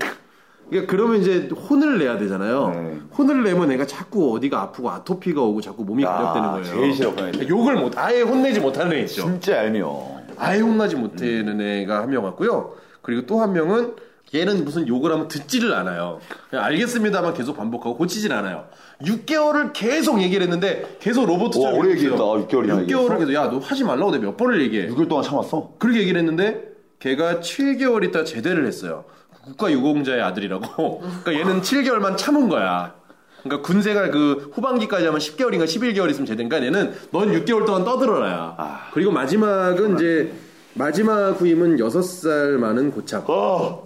그러니까 그러면 이제 혼을 내야 되잖아요. 네. 혼을 내면 애가 자꾸 어디가 아프고 아토피가 오고 자꾸 몸이 야, 가렵다는 거예요. 제일 싫어, 그런 애들. 욕을 못 아예 혼내지 못하는 애 있죠. 진짜 얄미워 아예 혼나지 음. 못하는 애가 한 명 왔고요. 그리고 또 한 명은 얘는 무슨 욕을 하면 듣지를 않아요. 그냥 알겠습니다만 계속 반복하고 고치질 않아요. 6개월을 계속 얘기를 했는데 계속 로봇처럼 우와, 오래 얘기했다. 6개월이나 을 계속 야 너 하지 말라고 내가 몇 번을 얘기해. 6일 동안 참았어 그렇게 얘기를 했는데 걔가 7개월 있다 제대를 했어요. 국가유공자의 아들이라고. 그러니까 얘는 7개월만 참은 거야. 그러니까 군생활 그 후반기까지 하면 10개월인가 11개월 있으면 제대니까 얘는 넌 6개월 동안 떠들어라야. 그리고 마지막은 이제 마지막 후임은 6살 많은 고참. 어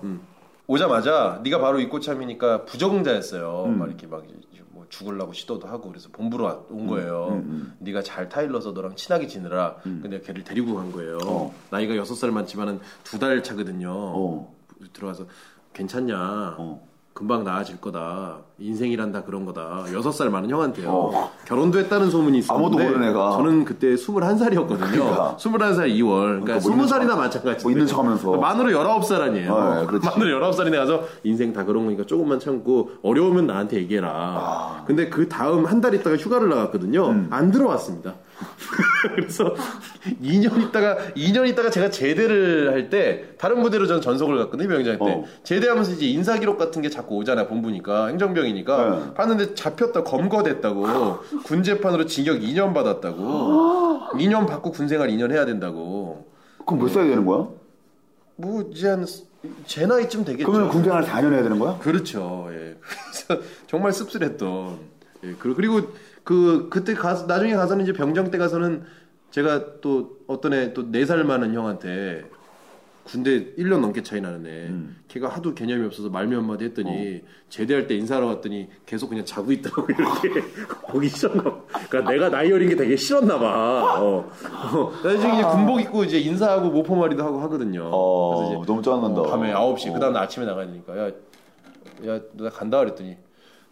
오자마자 네가 바로 이 꼬참이니까 부적응자였어요. 음. 막 이렇게 막 이제 뭐 죽으려고 시도도 하고 그래서 본부로 와- 음, 온 거예요. 네가 잘 타일러서 너랑 친하게 지느라 음. 근데 걔를 데리고 간 거예요. 나이가 여섯 살 많지만은 두 달 차거든요. 어. 들어가서 괜찮냐? 어. 금방 나아질 거다. 인생이란 다 그런 거다. 여섯 살 많은 형한테요. 어. 결혼도 했다는 소문이 있었는데 아무도 모르는 애가. 저는 그때 21살이었거든요. 그러니까. 스물 21살 2월. 그러니까, 그러니까 뭐 있는 20살이나 척- 마찬가지. 뭐 있는 척하면서. 그러니까 만으로 19살 아니에요. 어, 예, 그렇지. 만으로 19살이 나가서 인생 다 그런 거니까 조금만 참고 어려우면 나한테 얘기해라. 아. 근데 그 다음 한 달 있다가 휴가를 나갔거든요. 음. 안 들어왔습니다. 그래서 2년 있다가 2년 있다가 제가 제대를 할 때 다른 부대로 저는 전속을 갔거든요 병장 때 어. 제대하면서 이제 인사 기록 같은 게 자꾸 오잖아 본부니까 행정병이니까 네. 하는데 잡혔다 검거됐다고 군 재판으로 징역 2년 아. 받았다고 2년 받고 군생활 2년 해야 된다고 그럼 몇 살이 되는 거야? 뭐 이제 한 제 나이쯤 되겠죠. 그러면 군대 하나 4년 해야 되는 거야? 그렇죠. 예. 그래서 정말 씁쓸했던. 예. 그- 그리고 그 그때 가서 나중에 가서는 이제 병장 때 가서는 제가 또 어떤 애 또 네 살 많은 형한테 군대 1년 넘게 차이 나는 애 걔가 하도 개념이 없어서 말미 한마디 했더니 제대할 때 인사하러 갔더니 계속 그냥 자고 있다고 이렇게 보기 싫었나 봐 그러니까 내가 나이 어린 게 되게 싫었나 봐 어. 어. 나중에 이제 군복 입고 이제 인사하고 모포마리도 하고 하거든요 그래서 이제 어 너무 짜증난다 밤에 9시 그 다음 날 아침에 나가야 되니까 야, 야, 나 간다 그랬더니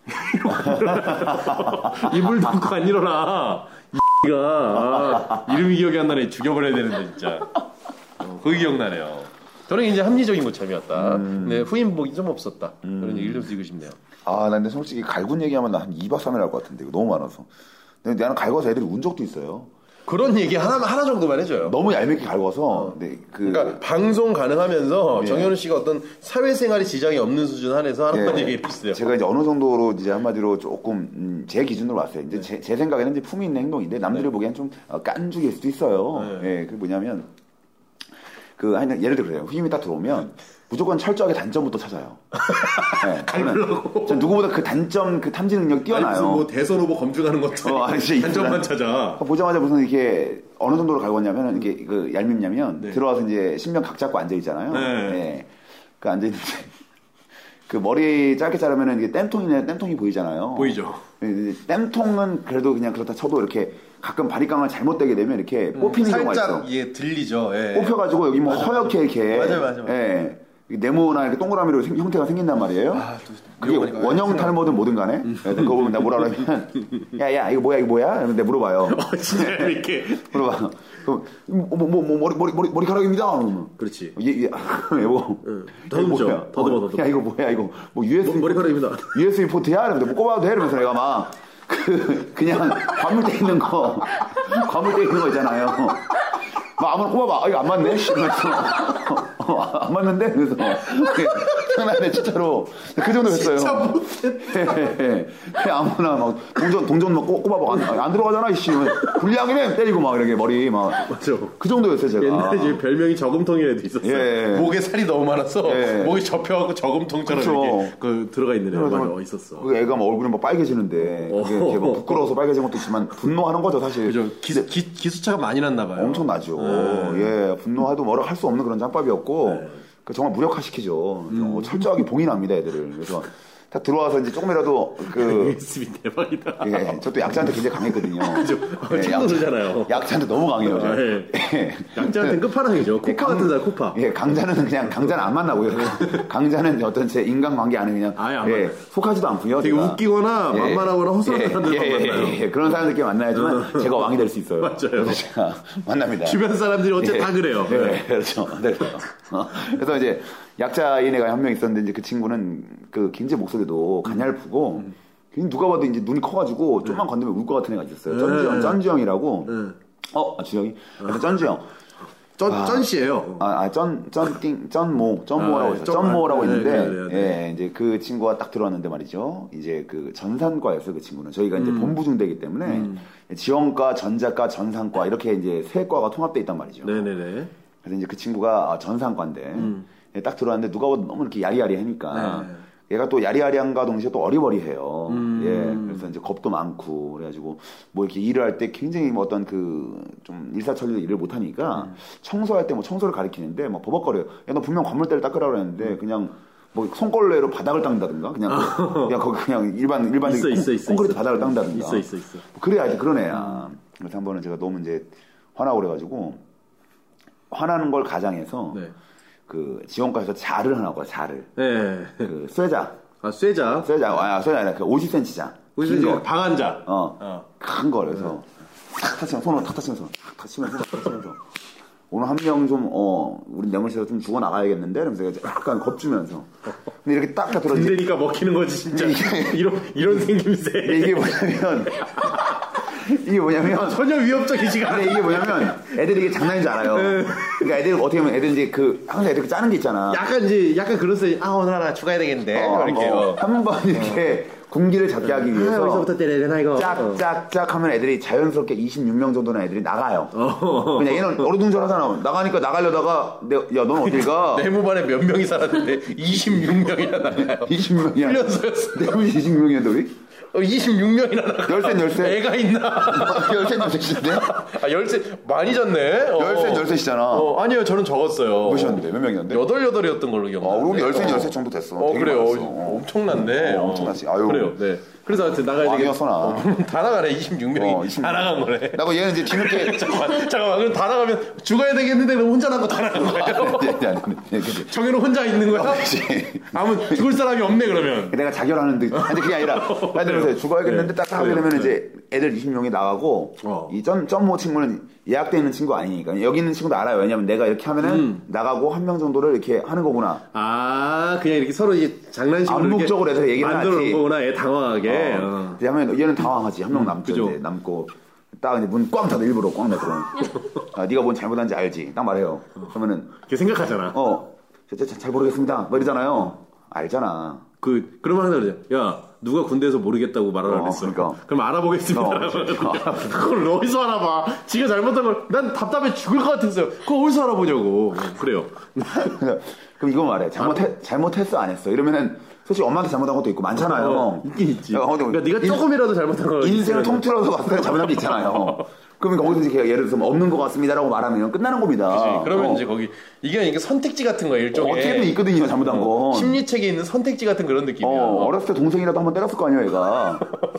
이불 덮고 안 일어나 아, 이가 이름이 기억이 안 나네 죽여버려야 되는데 진짜 어, 그게 기억나네요 저는 이제 합리적인 고참이었다 음. 근데 후임복이 좀 없었다 그런 얘기를 좀 드리고 싶네요 아나 근데 솔직히 갈군 얘기하면 나 한 2박 3일 할 것 같은데 이거 너무 많아서 근데 나는 갈궈서 애들이 운 적도 있어요 그런 얘기 하나, 하나 정도만 해줘요 너무 얄밉게 갈궈서 근데 그 그러니까 방송 가능하면서 예. 정현우 씨가 어떤 사회생활에 지장이 없는 수준 한에서 하나만 예. 얘기해 주세요 제가 이제 어느 정도로 이제 한마디로 조금 음, 제 기준으로 봤어요. 네. 이제 제, 제 생각에는 이제 품위 있는 행동인데 남들이 보기엔 좀 어, 깐죽일 수도 있어요. 네. 예, 그 뭐냐면 그 아니, 예를 들어 그래요. 후임이 딱 들어오면 무조건 철저하게 단점부터 찾아요. 네, 저는, 저는 누구보다 그 단점, 그 탐지 능력 이 아니, 무슨 뛰어나요. 뭐 대선 후보 검증하는 것처럼 어, 아니, 진짜 한점만 이쁘다. 찾아. 보자마자 무슨 이렇게 어느 정도로 갈고 왔냐면 이게 그 얄밉냐면 네. 들어와서 이제 신명 각 잡고 앉아 있잖아요. 네. 그 앉아 있는데 그 머리 짧게 자르면은 이게 땜통이네 땜통이 보이잖아요. 보이죠. 이- 이 땜통은 그래도 그냥 그렇다 쳐도 이렇게 가끔 바리깡을 잘못되게 되면 이렇게 뽑히는 경우가 있어. 음. 살짝 예 들리죠. 예. 뽑혀가지고 여기 뭐 허옇게 이렇게 맞아요, 맞아요, 맞아요. 예, 이 네모나 이렇게 동그라미로 생- 형태가 생긴단 말이에요. 아, 그게 그러고 보니까 음. 원형 탈모든 뭐든 간에 예, 그거 보면 나 뭐라 그러면 야야 이거 뭐야 이거 뭐야? 이러면 내가 물어봐요. 어, 진짜 이렇게. 물어봐. 그럼 뭐뭐 뭐, 뭐, 머리 머리 머리 머리카락입니다. 그러면. 그렇지. 얘, 얘, 얘 뭐, 더듬죠. 이거 뭐야? 더듬어, 더듬어. 야 이거 뭐야 이거 뭐 USB 머리카락입니다. USB 포트야? 이러면서 뭐 꼽아도 돼? 이러면서 내가 막, 그, 그냥, 과물돼 있는 거, 과물돼 있는 거 있잖아요. 막 아무나 꼽아봐. 아, 이거 안 맞네? 씨, 이러면서. 어, 안 맞는데? 그래서. 예, 장난해, 진짜로. 그 정도 했어요. 진짜 예, 예. 그냥 아무나 막, 동전, 동전 막 꼽- 꼽아봐. 안, 안 들어가잖아, 이씨. 불리하긴 해. 때리고 막, 이렇게 머리 막. 맞아. 그 정도였어요, 제가. 옛날에 이제 별명이 저금통이라도 있었어요. 예. 목에 살이 너무 많아서 예. 목이 접혀갖고 저금통처럼 그쵸. 이렇게 그 들어가 있는 애 맞아 어, 있었어. 어. 그 애가 막 얼굴이 막 빨개지는데, 그게 이렇게 막 부끄러워서 빨개진 것도 있지만, 분노하는 거죠, 사실. 그죠. 기, 기, 기수차가 많이 났나 봐요. 엄청나죠. 네. 예, 분노해도 뭐라 할 수 없는 그런 짬밥이었고, 그 정말 무력화시키죠. 음. 어, 철저하게 봉인합니다, 애들을. 그래서 딱 들어와서 이제 조금이라도 그, 예습이 대박이다. 예, 저도 약자한테 굉장히 강했거든요. 예, 그죠. 어, 책 노르잖아요. 약자한테 너무 강해요. 아, 제가. 예. 예. 양자한테 끝판왕이죠. 코파 같은 사람 코파. 네. 예, 강자는 그냥 강자는 안 만나고요. 강자는 어떤 제 인간관계 안에 그냥 아예 안 예, 만나요. 속하지도 않고요. 되게 제가. 웃기거나 예. 만만하거나 허술한 예, 사람들만 예, 예, 만나요. 예, 예. 그런 사람들끼리 만나야지만 제가 왕이 될 수 있어요. 맞아요. 그래서 제가 만납니다. 주변 사람들이 어째 예. 다 그래요. 예, 그렇죠. 네, 그래요. 어, 그래서 이제 약자인 애가 한 명 있었는데 이제 그 친구는 그 굉장히 목소리도 가냘프고 음. 굉장히 누가 봐도 이제 눈이 커가지고 네. 좀만 건드면 울 것 같은 애가 있었어요. 쩐지형, 쩐지형이라고. 어, 아, 주영이. 그래서 쩐지형. 쩐, 쩐씨예요. 아, 아, 쩐, 쩐띵, 쩐모, 아, 쩐모라고 있어요. 쩐- 쩐모라고 네, 있는데, 네, 네, 네. 예, 이제 그 친구가 딱 들어왔는데 말이죠. 이제 그 전산과였어요, 그 친구는. 저희가 음. 이제 본부중대이기 때문에, 지원과, 전자과, 전산과, 이렇게 이제 세 과가 통합돼 있단 말이죠. 네네네. 그래서 이제 그 친구가 아, 전상과인데 음. 예, 딱 들어왔는데 누가 봐도 너무 이렇게 야리야리하니까 네. 얘가 또 야리야리한가 동시에 또 어리버리해요. 음. 예, 그래서 이제 겁도 많고 그래가지고 뭐 이렇게 일을 할 때 굉장히 뭐 어떤 그 좀 일사천리로 일을 못하니까 음. 청소할 때 뭐 청소를 가리키는데 막 버벅거려요. 야 너 분명 건물대를 닦으라 그랬는데 음. 그냥 뭐 손걸레로 바닥을 닦는다든가 그냥 그냥 거기 그냥 일반 일반적인 있어, 콘- 있어, 있어, 콘크리트 있어. 바닥을 닦는다든가 있어, 있어, 있어. 그래야 이제 그런 애야. 그래서 한 번은 제가 너무 이제 화나고 그래가지고 화나는 걸 가장해서 네. 그 지원과에서 자를 하나 봐요. 자를 네. 그 쇠자 아, 쇠자. 쇠자 아 쇠자 아니라 그 50cm자 우리 이제 방한자. 어. 네. 어큰 거를 그래서 탁 타치면 손으로 탁 타치면서 탁 타치면서 탁 타치면서 오늘 한 명 좀 어 우리 내물에서 좀 죽어 나가야겠는데 이러면서 제가 이제 약간 겁주면서 근데 이렇게 딱 들어 이제 군대니까 먹히는 거지 진짜. 네. 이게- 이런 이런 생김새. 이게 뭐냐면 이게 뭐냐면 전혀 네. 위협적이지가 않아. 근데 이게 뭐냐면 애들이 이게 장난인 줄 알아요. 그러니까 애들 어떻게 보면 애들 이제 그 항상 애들 그 짜는 게 있잖아. 약간 이제 약간 그런 스타일. 아 오늘 하나 추가해야 되겠는데. 이렇게. 어. 한 번 이렇게 공기를 잡게 하기 아, 위해서 여기서부터 때려야 되나 이거. 어. 짝짝짝 하면 애들이 자연스럽게 26명 정도는 애들이 나가요. 어. 그냥 얘는 어리둥절하잖아. 나가니까 나가려다가 내, 야, 넌 어딜 가? 네모반에 몇 명이 살았는데 26명이나 나가요. 20명이야. 훈련소였어. 내 26명이었는데 우리? 어, 26명이나 나가요. 열쇠, 열쇠. 애가 있나? 13, 13인데? 아 열쇠 많이 졌네. 어. 열쇠, 열쇠시잖아. 어, 아니요 저는 적었어요. 몇이었는데? 몇 명이었는데? 여덟 여덟이었던 걸로 아, 기억나요. 우리 열쇠, 열쇠 정도 됐어. 어 되게 그래요. 많았어. 어, 엄청났네. 어, 엄청났지. 아유. 그래요. 네. 그래서 하여튼 나가야 되겠다. 왕이었어, 나. 다 나가네. 26명이 어, 26 다 나간 거네. 나고 뭐 얘는 이제 뒤늦게 예, 잠깐만, 잠깐만. 그럼 다 나가면 죽어야 되겠는데 그럼 혼자 남고 다 나간 거예요. 아니, 아니, 아니, 아니, 그치. 정현은 혼자 있는 거야? 그치. 아무 죽을 사람이 없네 그러면. 내가 자결하는 듯. 아니, 그게 아니라, 나들면서 죽어야겠는데 딱 하게 되면 이제 애들 20명이 나가고, 네. 어. 이 점, 점모 친구는 예약돼 있는 친구 아니니까. 여기 있는 친구도 알아요. 왜냐면 내가 이렇게 하면은 음. 나가고 한 명 정도를 이렇게 하는 거구나. 아, 그냥 이렇게 서로 이제 장난식으로 이렇게 암묵적으로 해서 얘기를 만들어 놓은 하지. 거구나. 애 당황하게. 어. 어. 음, 이제 하면 얘는 당황하지. 한 명 남죠. 그죠. 이제 남고. 딱 이제 문 꽝 닫아 일부러 꽝 닫아. 아, 네가 뭔 잘못한지 알지. 딱 말해요. 어. 그러면은, 이렇게 생각하잖아. 어, 저, 저, 잘 모르겠습니다. 뭐 이러잖아요. 알잖아. 그 그러면 하나 그러죠. 야, 누가 군대에서 모르겠다고 말을 안 어, 했어. 그러니까. 그럼 알아보겠습니다. 어, 그걸 어디서 알아봐? 지가 잘못한 걸 난 답답해 죽을 것 같았어요. 그거 어디서 알아보냐고. 그래요. 그래서 그러니까 그럼 이거 말해. 잘못해, 잘못했어, 안 했어? 이러면은, 솔직히 엄마한테 잘못한 것도 있고 많잖아요. 어, 있긴 있지. 야, 근데 그러니까 네가 인- 조금이라도 잘못한 걸 인생을 있으면- 통틀어서 봤을 때 잘못한 게 있잖아요. 그러면 거기서 이제 예를 들어서 뭐 없는 것 같습니다라고 말하면 끝나는 겁니다. 그러면 어. 이제 거기 이게 이게 선택지 같은 거야 일종의 어떻게든 있거든요, 잘못한 건. 심리책에 있는 선택지 같은 그런 느낌이야. 어, 어렸을 때 동생이라도 한번 때렸을 거 아니에요, 얘가. 어,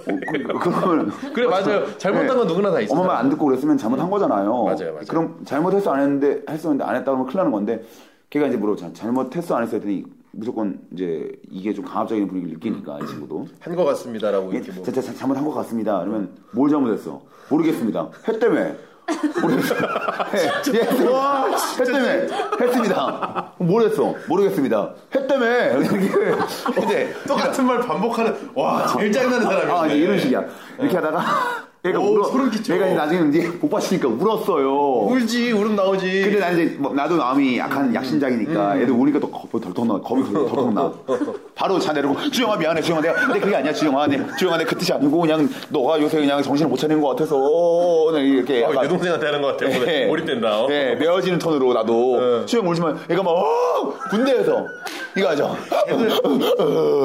그, 걸 그래 맞아요. 잘못한 건 누구나 다 있어. 엄마 말 안 듣고 그랬으면 잘못한 거잖아요. 맞아요, 맞아요. 그럼 잘못했어 안 했는데 했었는데 안 했다 그러면 큰일 나는 건데 걔가 이제 물어보잖아. 잘못했어 안 했어 했더니 무조건 이제 이게 좀 강압적인 분위기를 느끼니까 이 친구도. 한것 같습니다라고 이게 이렇게 음, 뭐 진짜 잘못한 것 같습니다. 그러면 뭘 잘못했어? 모르겠습니다. 했다며. 모르겠어요. 예, 예, 아, 했다며. 했습니다. 뭘 했어? 모르겠습니다. 했다며. 어. 이렇게 이제 똑같은 말 반복하는 와 제일 짜증나는 사람이야. 아, 이제 이런 식이야. 이렇게 하다가 얘가 네. 오, 울어. 소름 끼쳐. 얘가 이제 나중에 이제 못 봤으니까 울었어요. 울지 울음 나오지. 근데 난 이제 뭐 나도 마음이 약한 약신작이니까 음. 애들 우니까 또 겁이 덜컥 나. 겁이 덜- 덜컥 나. 바로 차 내리고 주영아 미안해 주영아 내가 근데 그게 아니야 주영아 내 주영아 내 그 뜻이 아니고 그냥 너가 요새 그냥 정신을 못 차리는 것 같아서 그냥 이렇게 어, 내 약간 동생한테 하는 것 같아. 예. 오늘 몰입된다. 어. 예, 메어지는 톤으로 나도 주영 울지만 얘가 막 어! 군대에서 이거 하죠.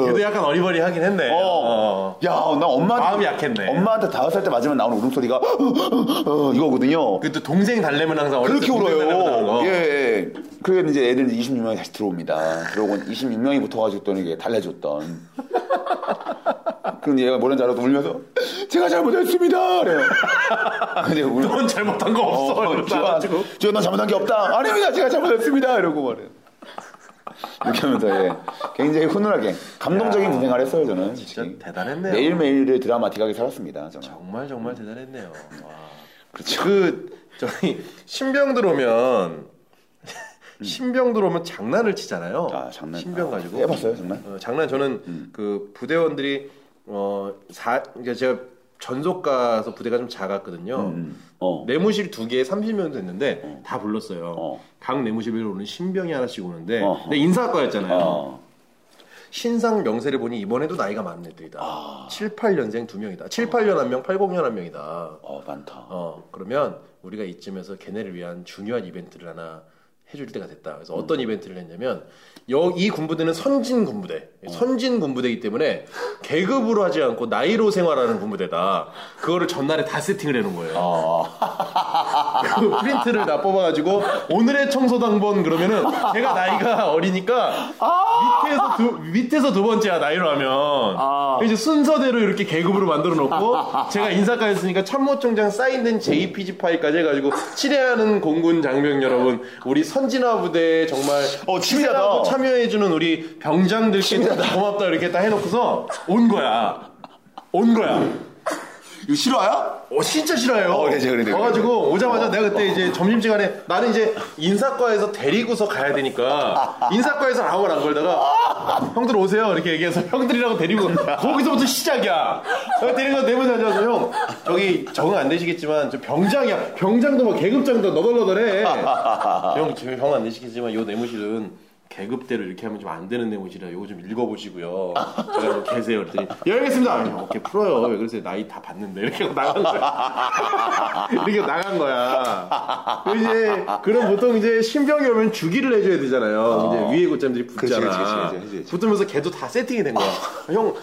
걔도 약간 어리버리하긴 했네. 그 어. 야, 나 엄마한테. 마음이 약했네. 엄마한테 다섯 살 때 맞으면 나오는 울음소리가, 어, 이거거든요. 그또 동생 달래면 항상 어렸을 그렇게 때 동생 달래면 나오는 울어요. 거. 예, 예. 그래, 이제 애들 26명이 다시 들어옵니다. 그러고 26명이 붙어가지고 또 이게 달래줬던. 그럼 얘가 모른 자라도 울면서, 제가 잘못했습니다! 그래요. 근데 울면, 넌 잘못한 거 없어. 어, 이러면서 제가, 나가지고. 제가 너 잘못한 게 없다! 아닙니다! 제가 잘못했습니다! 이러고 말해요. 이렇게 하면서, 예. 굉장히 훈훈하게, 감동적인 인생을 했어요, 저는. 솔직히. 진짜 대단했네요. 매일매일을 드라마틱하게 살았습니다. 저는. 그렇죠. 정말 정말 대단했네요. 그 저희 신병 들어오면 신병 들어오면 장난을 치잖아요. 음. 아, 장난. 신병 가지고 아, 해봤어요, 음. 정말? 어, 장난 저는 그 부대원들이 어사 그러니까 제가 전속 가서 부대가 좀 작았거든요. 어. 내무실 두 개에 30명 됐는데 다 불렀어요. 어. 각 내무실에 오는 신병이 하나씩 오는데 어허. 근데 인사과였잖아요. 어. 신상 명세를 보니 이번에도 나이가 많은 애들이다. 아. 7, 8년생 두 명이다. 7, 8년 한 명, 8, 0년 한 명이다. 어, 많다. 어, 그러면 우리가 이쯤에서 걔네를 위한 중요한 이벤트를 하나 해줄 때가 됐다. 그래서 어떤 음. 이벤트를 했냐면 여, 이 군부대는 선진 군부대, 어. 선진 군부대이기 때문에 계급으로 하지 않고 나이로 생활하는 군부대다. 그거를 전날에 다 세팅을 해놓은 거예요. 아. 그 프린트를 다 뽑아가지고 오늘의 청소당번 그러면은 제가 나이가 어리니까 밑에서 두, 밑에서 두 번째야 나이로 하면 이제 순서대로 이렇게 계급으로 만들어 놓고 제가 인사과였으니까 참모총장 사인된 JPG 파일까지 해가지고 치례하는 공군 장병 여러분 우리 선진화 부대 정말 어, 치밀하다. 치밀하고 참여해주는 우리 병장들께 고맙다 이렇게 다 해놓고서 온 거야 온 거야. 이거 실화야? 어, 진짜 싫어요. 어, 그래, 그래, 어. 그래, 그래. 와가지고 오자마자 내가 그때 이제 점심시간에 나는 이제 인사과에서 데리고서 가야 되니까 인사과에서 아무 말 안 걸다가 형들 오세요 이렇게 얘기해서 형들이라고 데리고 그러니까. 거기서부터 시작이야. 내가 데리고 내면 앉아서 형 저기 적응 안 되시겠지만 저 병장이야. 병장도 막 계급장도 너덜너덜해. 아. 형형안 되시겠지만 요 내무실은 계급대로 이렇게 하면 좀 안 되는 내용이라 요거 좀 읽어보시고요. 제가 뭐 계세요. 그랬더니, 예, 알겠습니다. 아니, 어깨 풀어요. 왜 그러세요? 나이 다 봤는데. 이렇게 하고 나간 거야. 이렇게 나간 거야. 그리고 이제, 그럼 보통 이제 신병이 오면 주기를 해줘야 되잖아요. 이제 위에 곧잠들이 붙잖아. 그렇지, 그렇지, 그렇지, 그렇지. 붙으면서 걔도 다 세팅이 된 거야. 형,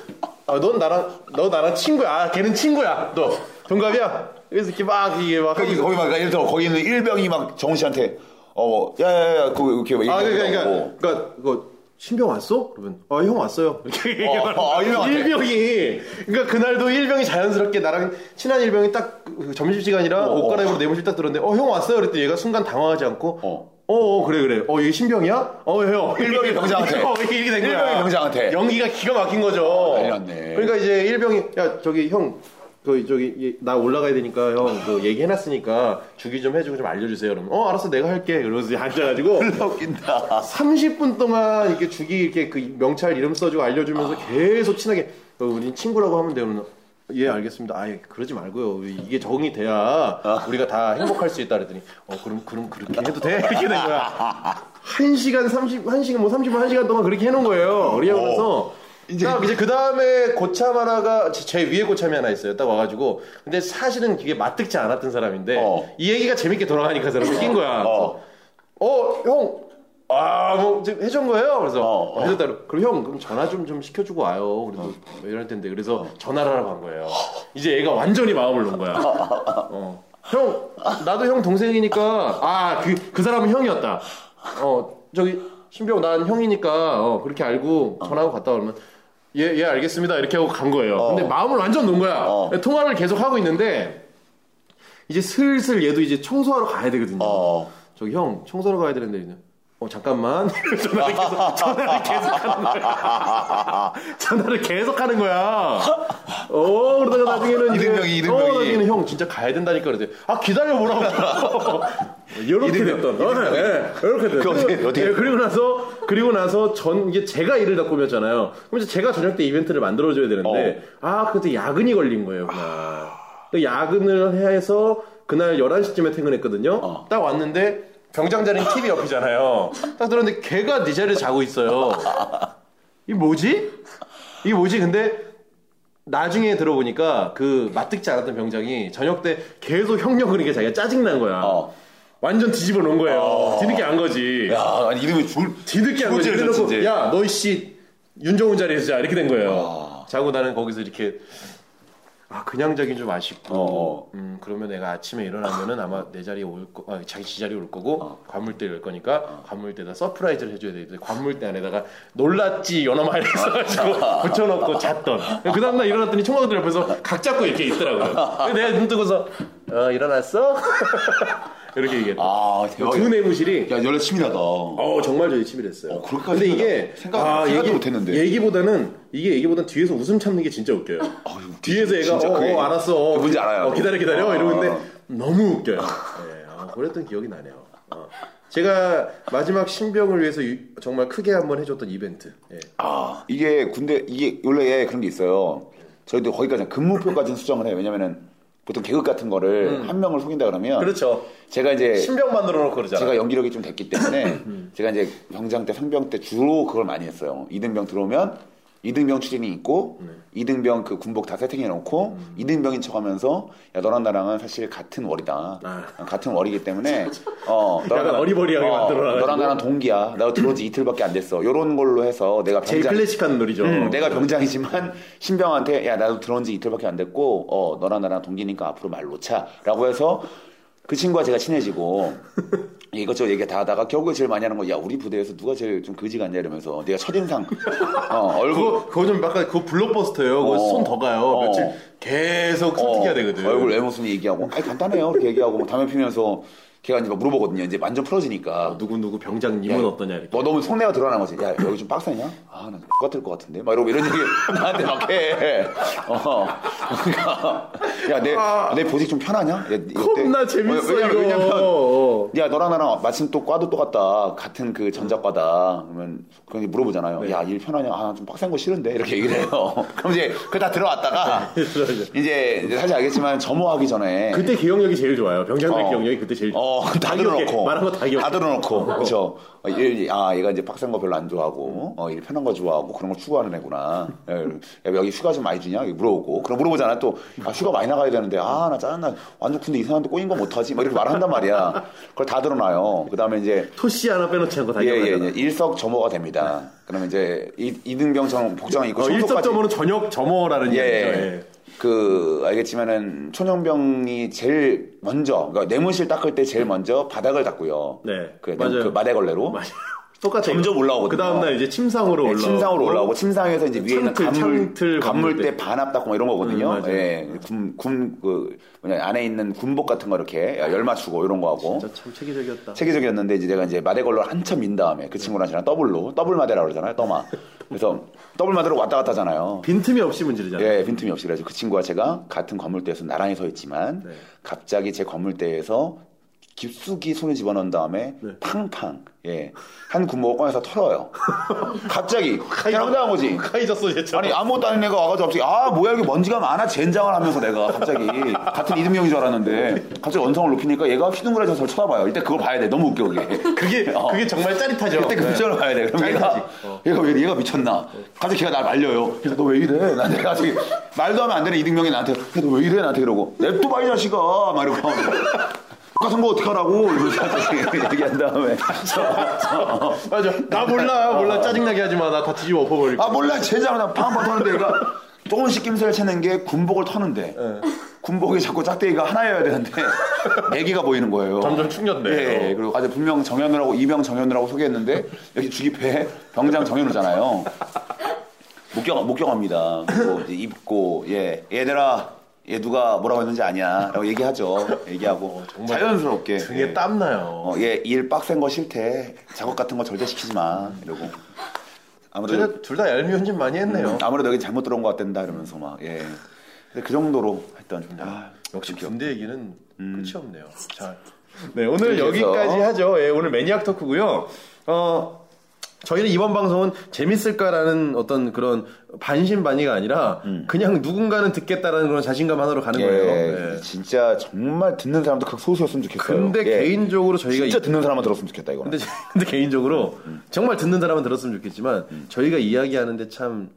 아, 넌 나랑, 너 나랑 친구야. 아, 걔는 친구야. 너. 동갑이야. 그래서 이렇게 막, 이게 막. 거기, 거기 막, 예를 들어, 거기 있는 일병이 막 정우 씨한테, 어, 뭐, 야, 야, 야, 그, 이렇게 막, 아, 그러니까, 이렇게 그러니까, 하고. 그러니까, 그거 신병 왔어? 그러면, 아, 형 왔어요. 이렇게 얘기하면 어, 어, 일병한테. 일병이, 그러니까 그날도 일병이 자연스럽게 나랑 친한 일병이 딱그 점심시간이라 어, 옷 어. 갈아입으러 내무실 딱 들었는데, 어, 형 왔어요. 그랬더니 얘가 순간 당황하지 않고, 어. 어. 어, 그래, 그래. 어, 얘 신병이야? 어, 형. 일병이 병장한테. 어, 이렇게, 이렇게 된 거야. 일병이 병장한테. 연기가 기가 막힌 거죠. 난리 났네. 그러니까 이제 일병이, 야, 저기 형, 그, 저기, 예, 나 올라가야 되니까 형, 그 얘기해놨으니까 주기 좀 해주고 좀 알려주세요. 그러면, 어, 알았어, 내가 할게. 그러면서 이제 앉아가지고, 졸라 웃긴다. 30분 동안 이렇게 주기 이렇게 그 명찰 이름 써주고 알려주면서 계속 친하게 어, 우린 친구라고 하면 되면 예 알겠습니다. 아 예, 그러지 말고요. 이게 적응이 돼야 우리가 다 행복할 수 있다 그랬더니 어 그럼 그럼 그렇게 해도 돼 이렇게 된 거야. 1 시간 30, 1 시간 뭐 30분 1 시간 동안 그렇게 해놓은 거예요. 그래서 어. 이제 딱 이제 그 다음에 고참 하나가 제- 제 위에 고참이 하나 있어요. 딱 와가지고 근데 사실은 그게 마뜩지 않았던 사람인데 어. 이 얘기가 재밌게 돌아가니까 사람이 낀 거야. 어. 어형아뭐 지금 해준 거예요. 그래서 어, 어. 해줬다. 그럼 형 그럼 전화 좀 좀 시켜주고 와요. 그래도 뭐 이럴 텐데 어. 그래서 전화를 하라고 한 거예요. 이제 얘가 완전히 마음을 놓은 아. 거야. 어. 형 나도 형 동생이니까 아 그 그 사람은 형이었다. 어 저기 신병 난 형이니까 어, 그렇게 알고 전화하고 갔다 오면 예 예 알겠습니다 이렇게 하고 간 거예요. 근데 마음을 완전 놓은 거야. 어. 통화를 계속 하고 있는데 이제 슬슬 얘도 이제 청소하러 가야 되거든요. 어. 저기 형 청소하러 가야 되는데 이제 어 잠깐만 전화를 계속 전화를 계속 하는 거야. 전화를 계속 하는 거야. 어 그러다가 나중에는 이제- 이등병이, 이등병이. 어 나중에는 형 진짜 가야 된다니까 그러더니 아 기다려 보라고. 이렇게 이등병, 됐던. 어, 예, 이렇게 됐던. 그 어떻게, 어떻게 예, 그리고 나서 그리고 나서 전 이게 제가 일을 다 꾸몄잖아요. 그럼 이제 제가 저녁 때 이벤트를 만들어 줘야 되는데 아 그때 야근이 걸린 거예요. 그날. 그 야근을 해서 그날 11시쯤에 퇴근했거든요. 어. 딱 왔는데 병장 자리는 TV 옆이잖아요. 딱 들었는데 걔가 네 자리에 자고 있어요. 이게 뭐지? 이게 뭐지? 근데 나중에 들어보니까 그 맞듣지 않았던 병장이 저녁 때 계속 형력 그러니까 자기가 짜증난 거야. 어. 완전 뒤집어 놓은 거예요. 뒤늦게 안 거지. 야, 아니, 이름이 죽을. 뒤늦게 안 죽을 거지. 죄를 그래놓고 졌지. 야, 너이씨 윤정훈 자리에서 자 이렇게 된 거예요. 와. 아. 자고 나는 거기서 이렇게 아 그냥 자긴 좀 아쉽고 어, 어. 음 그러면 내가 아침에 일어나면은 아마 내 자리에 올거 아, 자기 지 자리에 올 거고 관물대 열 거니까 관물대에다 서프라이즈를 해줘야 되는데 관물대 안에다가 놀랐지 연어마 이래가지고 붙여놓고 잤던 그 다음날 일어났더니 총각들 옆에서 각 잡고 이렇게 있더라고요 근데 내가 눈 뜨고서 어 일어났어 이렇게 얘기했다 아, 그 대박이야. 내무실이 야, 연애 치밀하다. 어 정말 저희 치밀했어요. 어, 그렇게까지 근데 이게 아, 생각- 생각도 못했는데. 얘기보다는 이게 얘기보다는 뒤에서 웃음 참는 게 진짜 웃겨요. 웃기지. 뒤에서 얘가 아, 진짜 어, 그게- 어, 알았어. 어, 그 뭔지 알아요. 어, 기다려 기다려 어. 이러는데 너무 웃겨요. 네, 어, 그랬던 기억이 나네요. 어. 제가 마지막 신병을 위해서 유- 정말 크게 한번 해줬던 이벤트. 예. 아, 이게 군대, 이게 원래 예, 그런 게 있어요. 저희도 거기까지 근무표까지는 수정을 해요. 왜냐면은 보통 계급 같은 거를 한 명을 속인다 그러면. 음. 그렇죠. 제가 이제 신병 만들어 놓고 그러잖아. 제가 연기력이 좀 됐기 때문에 음. 제가 이제 병장 때 상병 때 주로 그걸 많이 했어요. 이등병 들어오면 이등병 추진이 네. 있고 이등병 그 군복 다 세팅해 놓고 음. 이등병인 척하면서 야 너랑 나랑은 사실 같은 월이다. 같은 월이기 때문에 어 너랑 아. 약간 어리버리하게 만들어놔가지고. 너랑 나랑 동기야. 나 들어오지 이틀밖에 안 됐어. 요런 걸로 해서 내가 제일 병장 클래식한 놀이죠. 음, 내가 병장이지만 신병한테 야 나도 들어온 지 이틀밖에 안 됐고 어 너랑 나랑 동기니까 앞으로 말 놓자라고 해서 그 친구와 제가 친해지고 이것저것 얘기 다 하다가 결국에 제일 많이 하는 거야 우리 부대에서 누가 제일 좀 거지 같냐 이러면서 내가 첫인상 어, 얼굴 그거 그거 좀 약간 그거 블록버스터예요. 그거 어. 손 더 가요. 어. 며칠 계속 어, 설득해야 되거든. 얼굴 외모 순위 얘기하고 아니 간단해요 이렇게 얘기하고 뭐 담배 피면서 걔가 이제 막 물어보거든요 이제 완전 풀어지니까 누구 누구 병장님은 야, 어떠냐 이렇게. 뭐 너 너무 속내가 드러나는 거지. 야, 여기 좀 빡세냐? 아, 나 똑같을 것 같은데? 막 이러고 이런 얘기 나한테 막 해. 어. 그러니까, 야, 내, 내 보직 좀 편하냐? 야, 이거 때- 겁나 재밌어 왜냐면, 이거. 왜냐면, 어. 야, 너랑 나랑 마침 또 과도 똑같다. 같은 그 전자과다. 그러면, 그런 게 물어보잖아요. 네. 야, 일 편하냐? 아, 좀 빡센 거 싫은데? 이렇게 얘기를 해요. 그럼 이제, 그거 다 들어왔다가, 이제, 이제 사실 알겠지만, 점호하기 전에. 그때 기억력이 제일 좋아요. 병장들 어. 기억력이 그때 제일. 어, 다 기억해. 들어놓고. 말한 거다 기억해. 다 들어놓고. 그쵸. 어, 얘, 아, 얘가 이제 빡센 거 별로 안 좋아하고, 어, 일 편한 거 좋아하고, 그런 걸 추구하는 애구나. 야, 야, 여기 휴가 좀 많이 주냐? 이렇게 물어보고. 그럼 물어보잖아. 또, 아, 휴가 많이 나가야 되는데, 아, 나 짜증나. 완전 군대 이상한데 꼬인 거 못하지? 막 이렇게 말을 한단 말이야. 그걸 다 들어놔요. 그 다음에 이제, 토시 하나 빼놓지 않고 다 예, 기억하잖아. 예, 예. 일석 점호가 됩니다. 그러면 이제, 이, 이등병처럼 복장 입고, 어, 청소까지- 일석점으로는 저녁 점어라는 예. 얘기죠. 예. 그 알겠지만은 초년병이 제일 먼저 그러니까 내무실 닦을 때 제일 먼저 바닥을 닦고요. 네, 그, 맞아요. 그 마대걸레로. 맞아요. 똑같아요. 점점 올라오거든요. 그 다음날 이제 침상으로 네, 올라. 침상으로 올라오고 침상에서 이제 위에 있는 창틀, 간물 창틀 간물 건물 때 반합 닦고 막 이런 거거든요. 음, 맞아요. 예, 군군그 뭐냐 안에 있는 군복 같은 거 이렇게 열 맞추고 이런 거 하고. 어, 진짜 참 체계적이었다. 체계적이었는데 이제 내가 이제 마대걸로 한참 민 다음에 그 친구랑 저랑 더블로 더블 마대라고 그러잖아요. 떠마. 그래서 더블 마대로 왔다 갔다 하잖아요. 빈틈이 없이 문지르잖아. 요 예, 빈틈이 없이 그래서 그 친구와 제가 같은 건물대에서 나란히 서 있지만 네. 갑자기 제 건물대에서 깊숙이 손에 집어넣은 다음에 팡팡 예. 한 군목을 꺼내서 털어요. 갑자기 그냥 당한 거지. 카이저스 제처럼. 예. 아니 아무것도 아닌 애가 와가지고 갑자기 아 뭐야 여기 먼지가 많아 젠장을 하면서 내가 갑자기 같은 이등병인 줄 알았는데 갑자기 원성을 높이니까 얘가 휘둥그레져서 저를 쳐다봐요. 이때 그거 봐야 돼. 너무 웃겨 그게. 그게 어. 그게 정말 짜릿하죠. 그때 그 네. 표정을 봐야 돼. 그럼 짜릿하지. 얘가, 얘가 왜 얘가 미쳤나? 갑자기 걔가 날 말려요. 그래서 너 왜 이래? 나한테 갑자기 말도 하면 안 되는 이등병이 나한테 너 왜 이래? 나한테 이러고 냅둬봐 이 자식아 막 이러고 아까 선거 뭐 어떡하라고 이러면서 갑자기 얘기한 다음에 맞아. 나 몰라, 몰라. 짜증나게 하지 마. 나 다 뒤집어 엎어버릴 아 거야. 몰라 제자나 팡팡 터는데 얘가 조금씩 낌새를 채는 게 군복을 터는데 네. 군복이 자꾸 짝대기가 하나여야 되는데 네 개가 보이는 거예요. 점점 충전돼. 예, 예. 그리고 아주 분명 정현우라고 이병 정현우라고 소개했는데 여기 주기패 병장 정현우잖아요. 목격 목격합니다. 그리고 이제 입고 예 얘들아 얘 누가 뭐라고 했는지 아냐라고 얘기하죠. 얘기하고 자연스럽게 어, 등에 예. 땀 나요. 어, 얘일 빡센 거 싫대. 작업 같은 거 절대 시키지 마. 이러고 아무래도 둘 다 얄미운 짓 많이 했네요. 아무래도 여기 잘못 들어온 것 같단다 이러면서 막 예. 근데 그 정도로 했던 아, 역시 군대 얘기는 끝이 없네요. 자, 네, 오늘 그래서- 여기까지 하죠. 예, 오늘 매니악 토크고요. 어, 저희는 이번 방송은 재밌을까라는 어떤 그런 반신반의가 아니라 그냥 누군가는 듣겠다라는 그런 자신감 하나로 가는 음. 예, 거예요. 예. 진짜 정말 듣는 사람도 극소수였으면 좋겠어요. 근데 예. 개인적으로 저희가 진짜 음. 이- 듣는 사람만 들었으면 좋겠다 이거는. 근데, 근데 개인적으로 정말 듣는 사람은 들었으면 좋겠지만 음. 저희가 이야기하는데 참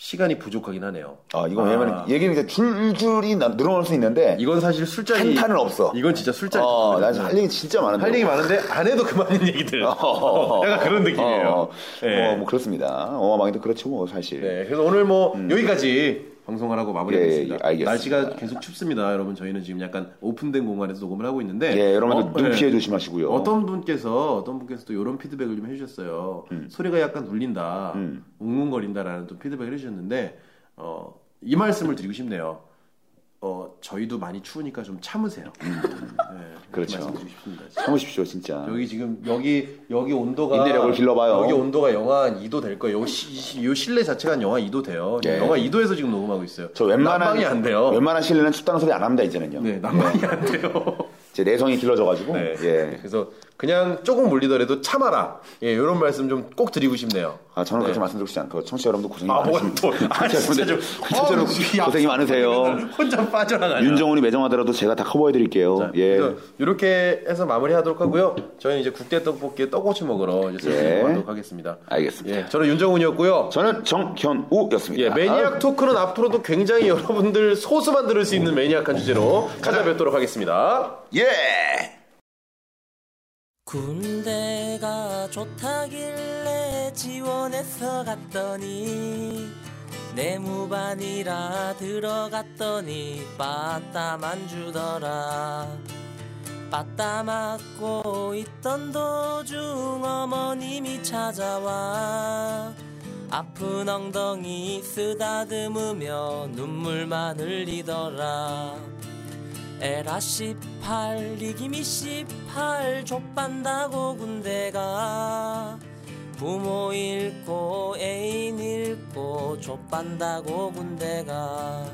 시간이 부족하긴 하네요. 아 이거 왜냐면 아. 얘기는 이제 줄줄이 나- 늘어날 수 있는데 이건 사실 술자리 한탄은 없어. 이건 진짜 술자리. 어, 난할 얘기 진짜 많은데. 할 얘기 많은데 안 해도 그만인 얘기들. 어. 약간 그런 느낌이에요. 어, 예. 어, 뭐 그렇습니다. 어마망이도 그렇죠 뭐 사실. 네, 그래서 오늘 뭐 여기까지 방송하라고 마무리하겠습니다. 음. 예, 예, 알겠습니다. 날씨가 계속 춥습니다, 여러분. 저희는 지금 약간 오픈된 공간에서 녹음을 하고 있는데, 예, 여러분들 어, 눈 예. 피해 조심하시고요. 어떤 분께서 어떤 분께서 또 이런 피드백을 좀 해주셨어요. 음. 소리가 약간 울린다, 웅웅거린다라는 또 피드백을 해주셨는데, 어, 이 말씀을 드리고 싶네요. 어, 저희도 많이 추우니까 좀 참으세요. 네, 음. 그렇죠. 말씀드리고 싶습니다. 참으십시오 진짜. 아. 여기 지금 여기 여기 온도가 인내력을 길러봐요. 여기 온도가 영하 한 2도 될 거예요. 여기 시- 시- 이 실내 자체가 한 영하 2도 돼요. 예. 영하 2도에서 지금 녹음하고 있어요. 저 웬만한 난방이 안 돼요. 웬만한 실내는 춥다는 소리 안 합니다 이제는요. 네, 난방이 안 돼요. 제 내성이 길러져가지고 네. 예. 그래서 그냥 조금 몰리더라도 참아라. 예, 이런 말씀 좀 꼭 드리고 싶네요. 아 저는 그렇게 말씀드리고 싶지 않고 청취자 여러분도 고생이 아, 뭐가 많으십니다. 또, 아, 진짜 좀, 청취자 여러분 아, 고생이 많으세요. 혼자 빠져나가요. 윤정훈이 매정하더라도 제가 다 커버해드릴게요. 예. 그래서 이렇게 해서 마무리하도록 하고요. 저희는 이제 국대 떡볶이에 떡꼬치 먹으러 이제 슬슬 예. 가도록 하겠습니다. 알겠습니다. 예, 저는 윤정훈이었고요. 저는 정현우였습니다. 예, 매니악 토크는 앞으로도 굉장히 여러분들 소수만 들을 수 있는 매니악한 주제로 찾아뵙도록 하겠습니다. 예. 군대가 좋다길래 지원해서 갔더니 내무반이라 들어갔더니 빠따만 주더라 빠따 맞고 있던 도중 어머님이 찾아와 아픈 엉덩이 쓰다듬으며 눈물만 흘리더라 에라 18 리기미 18 족반다고 군대가 부모 잃고 애인 잃고 족반다고 군대가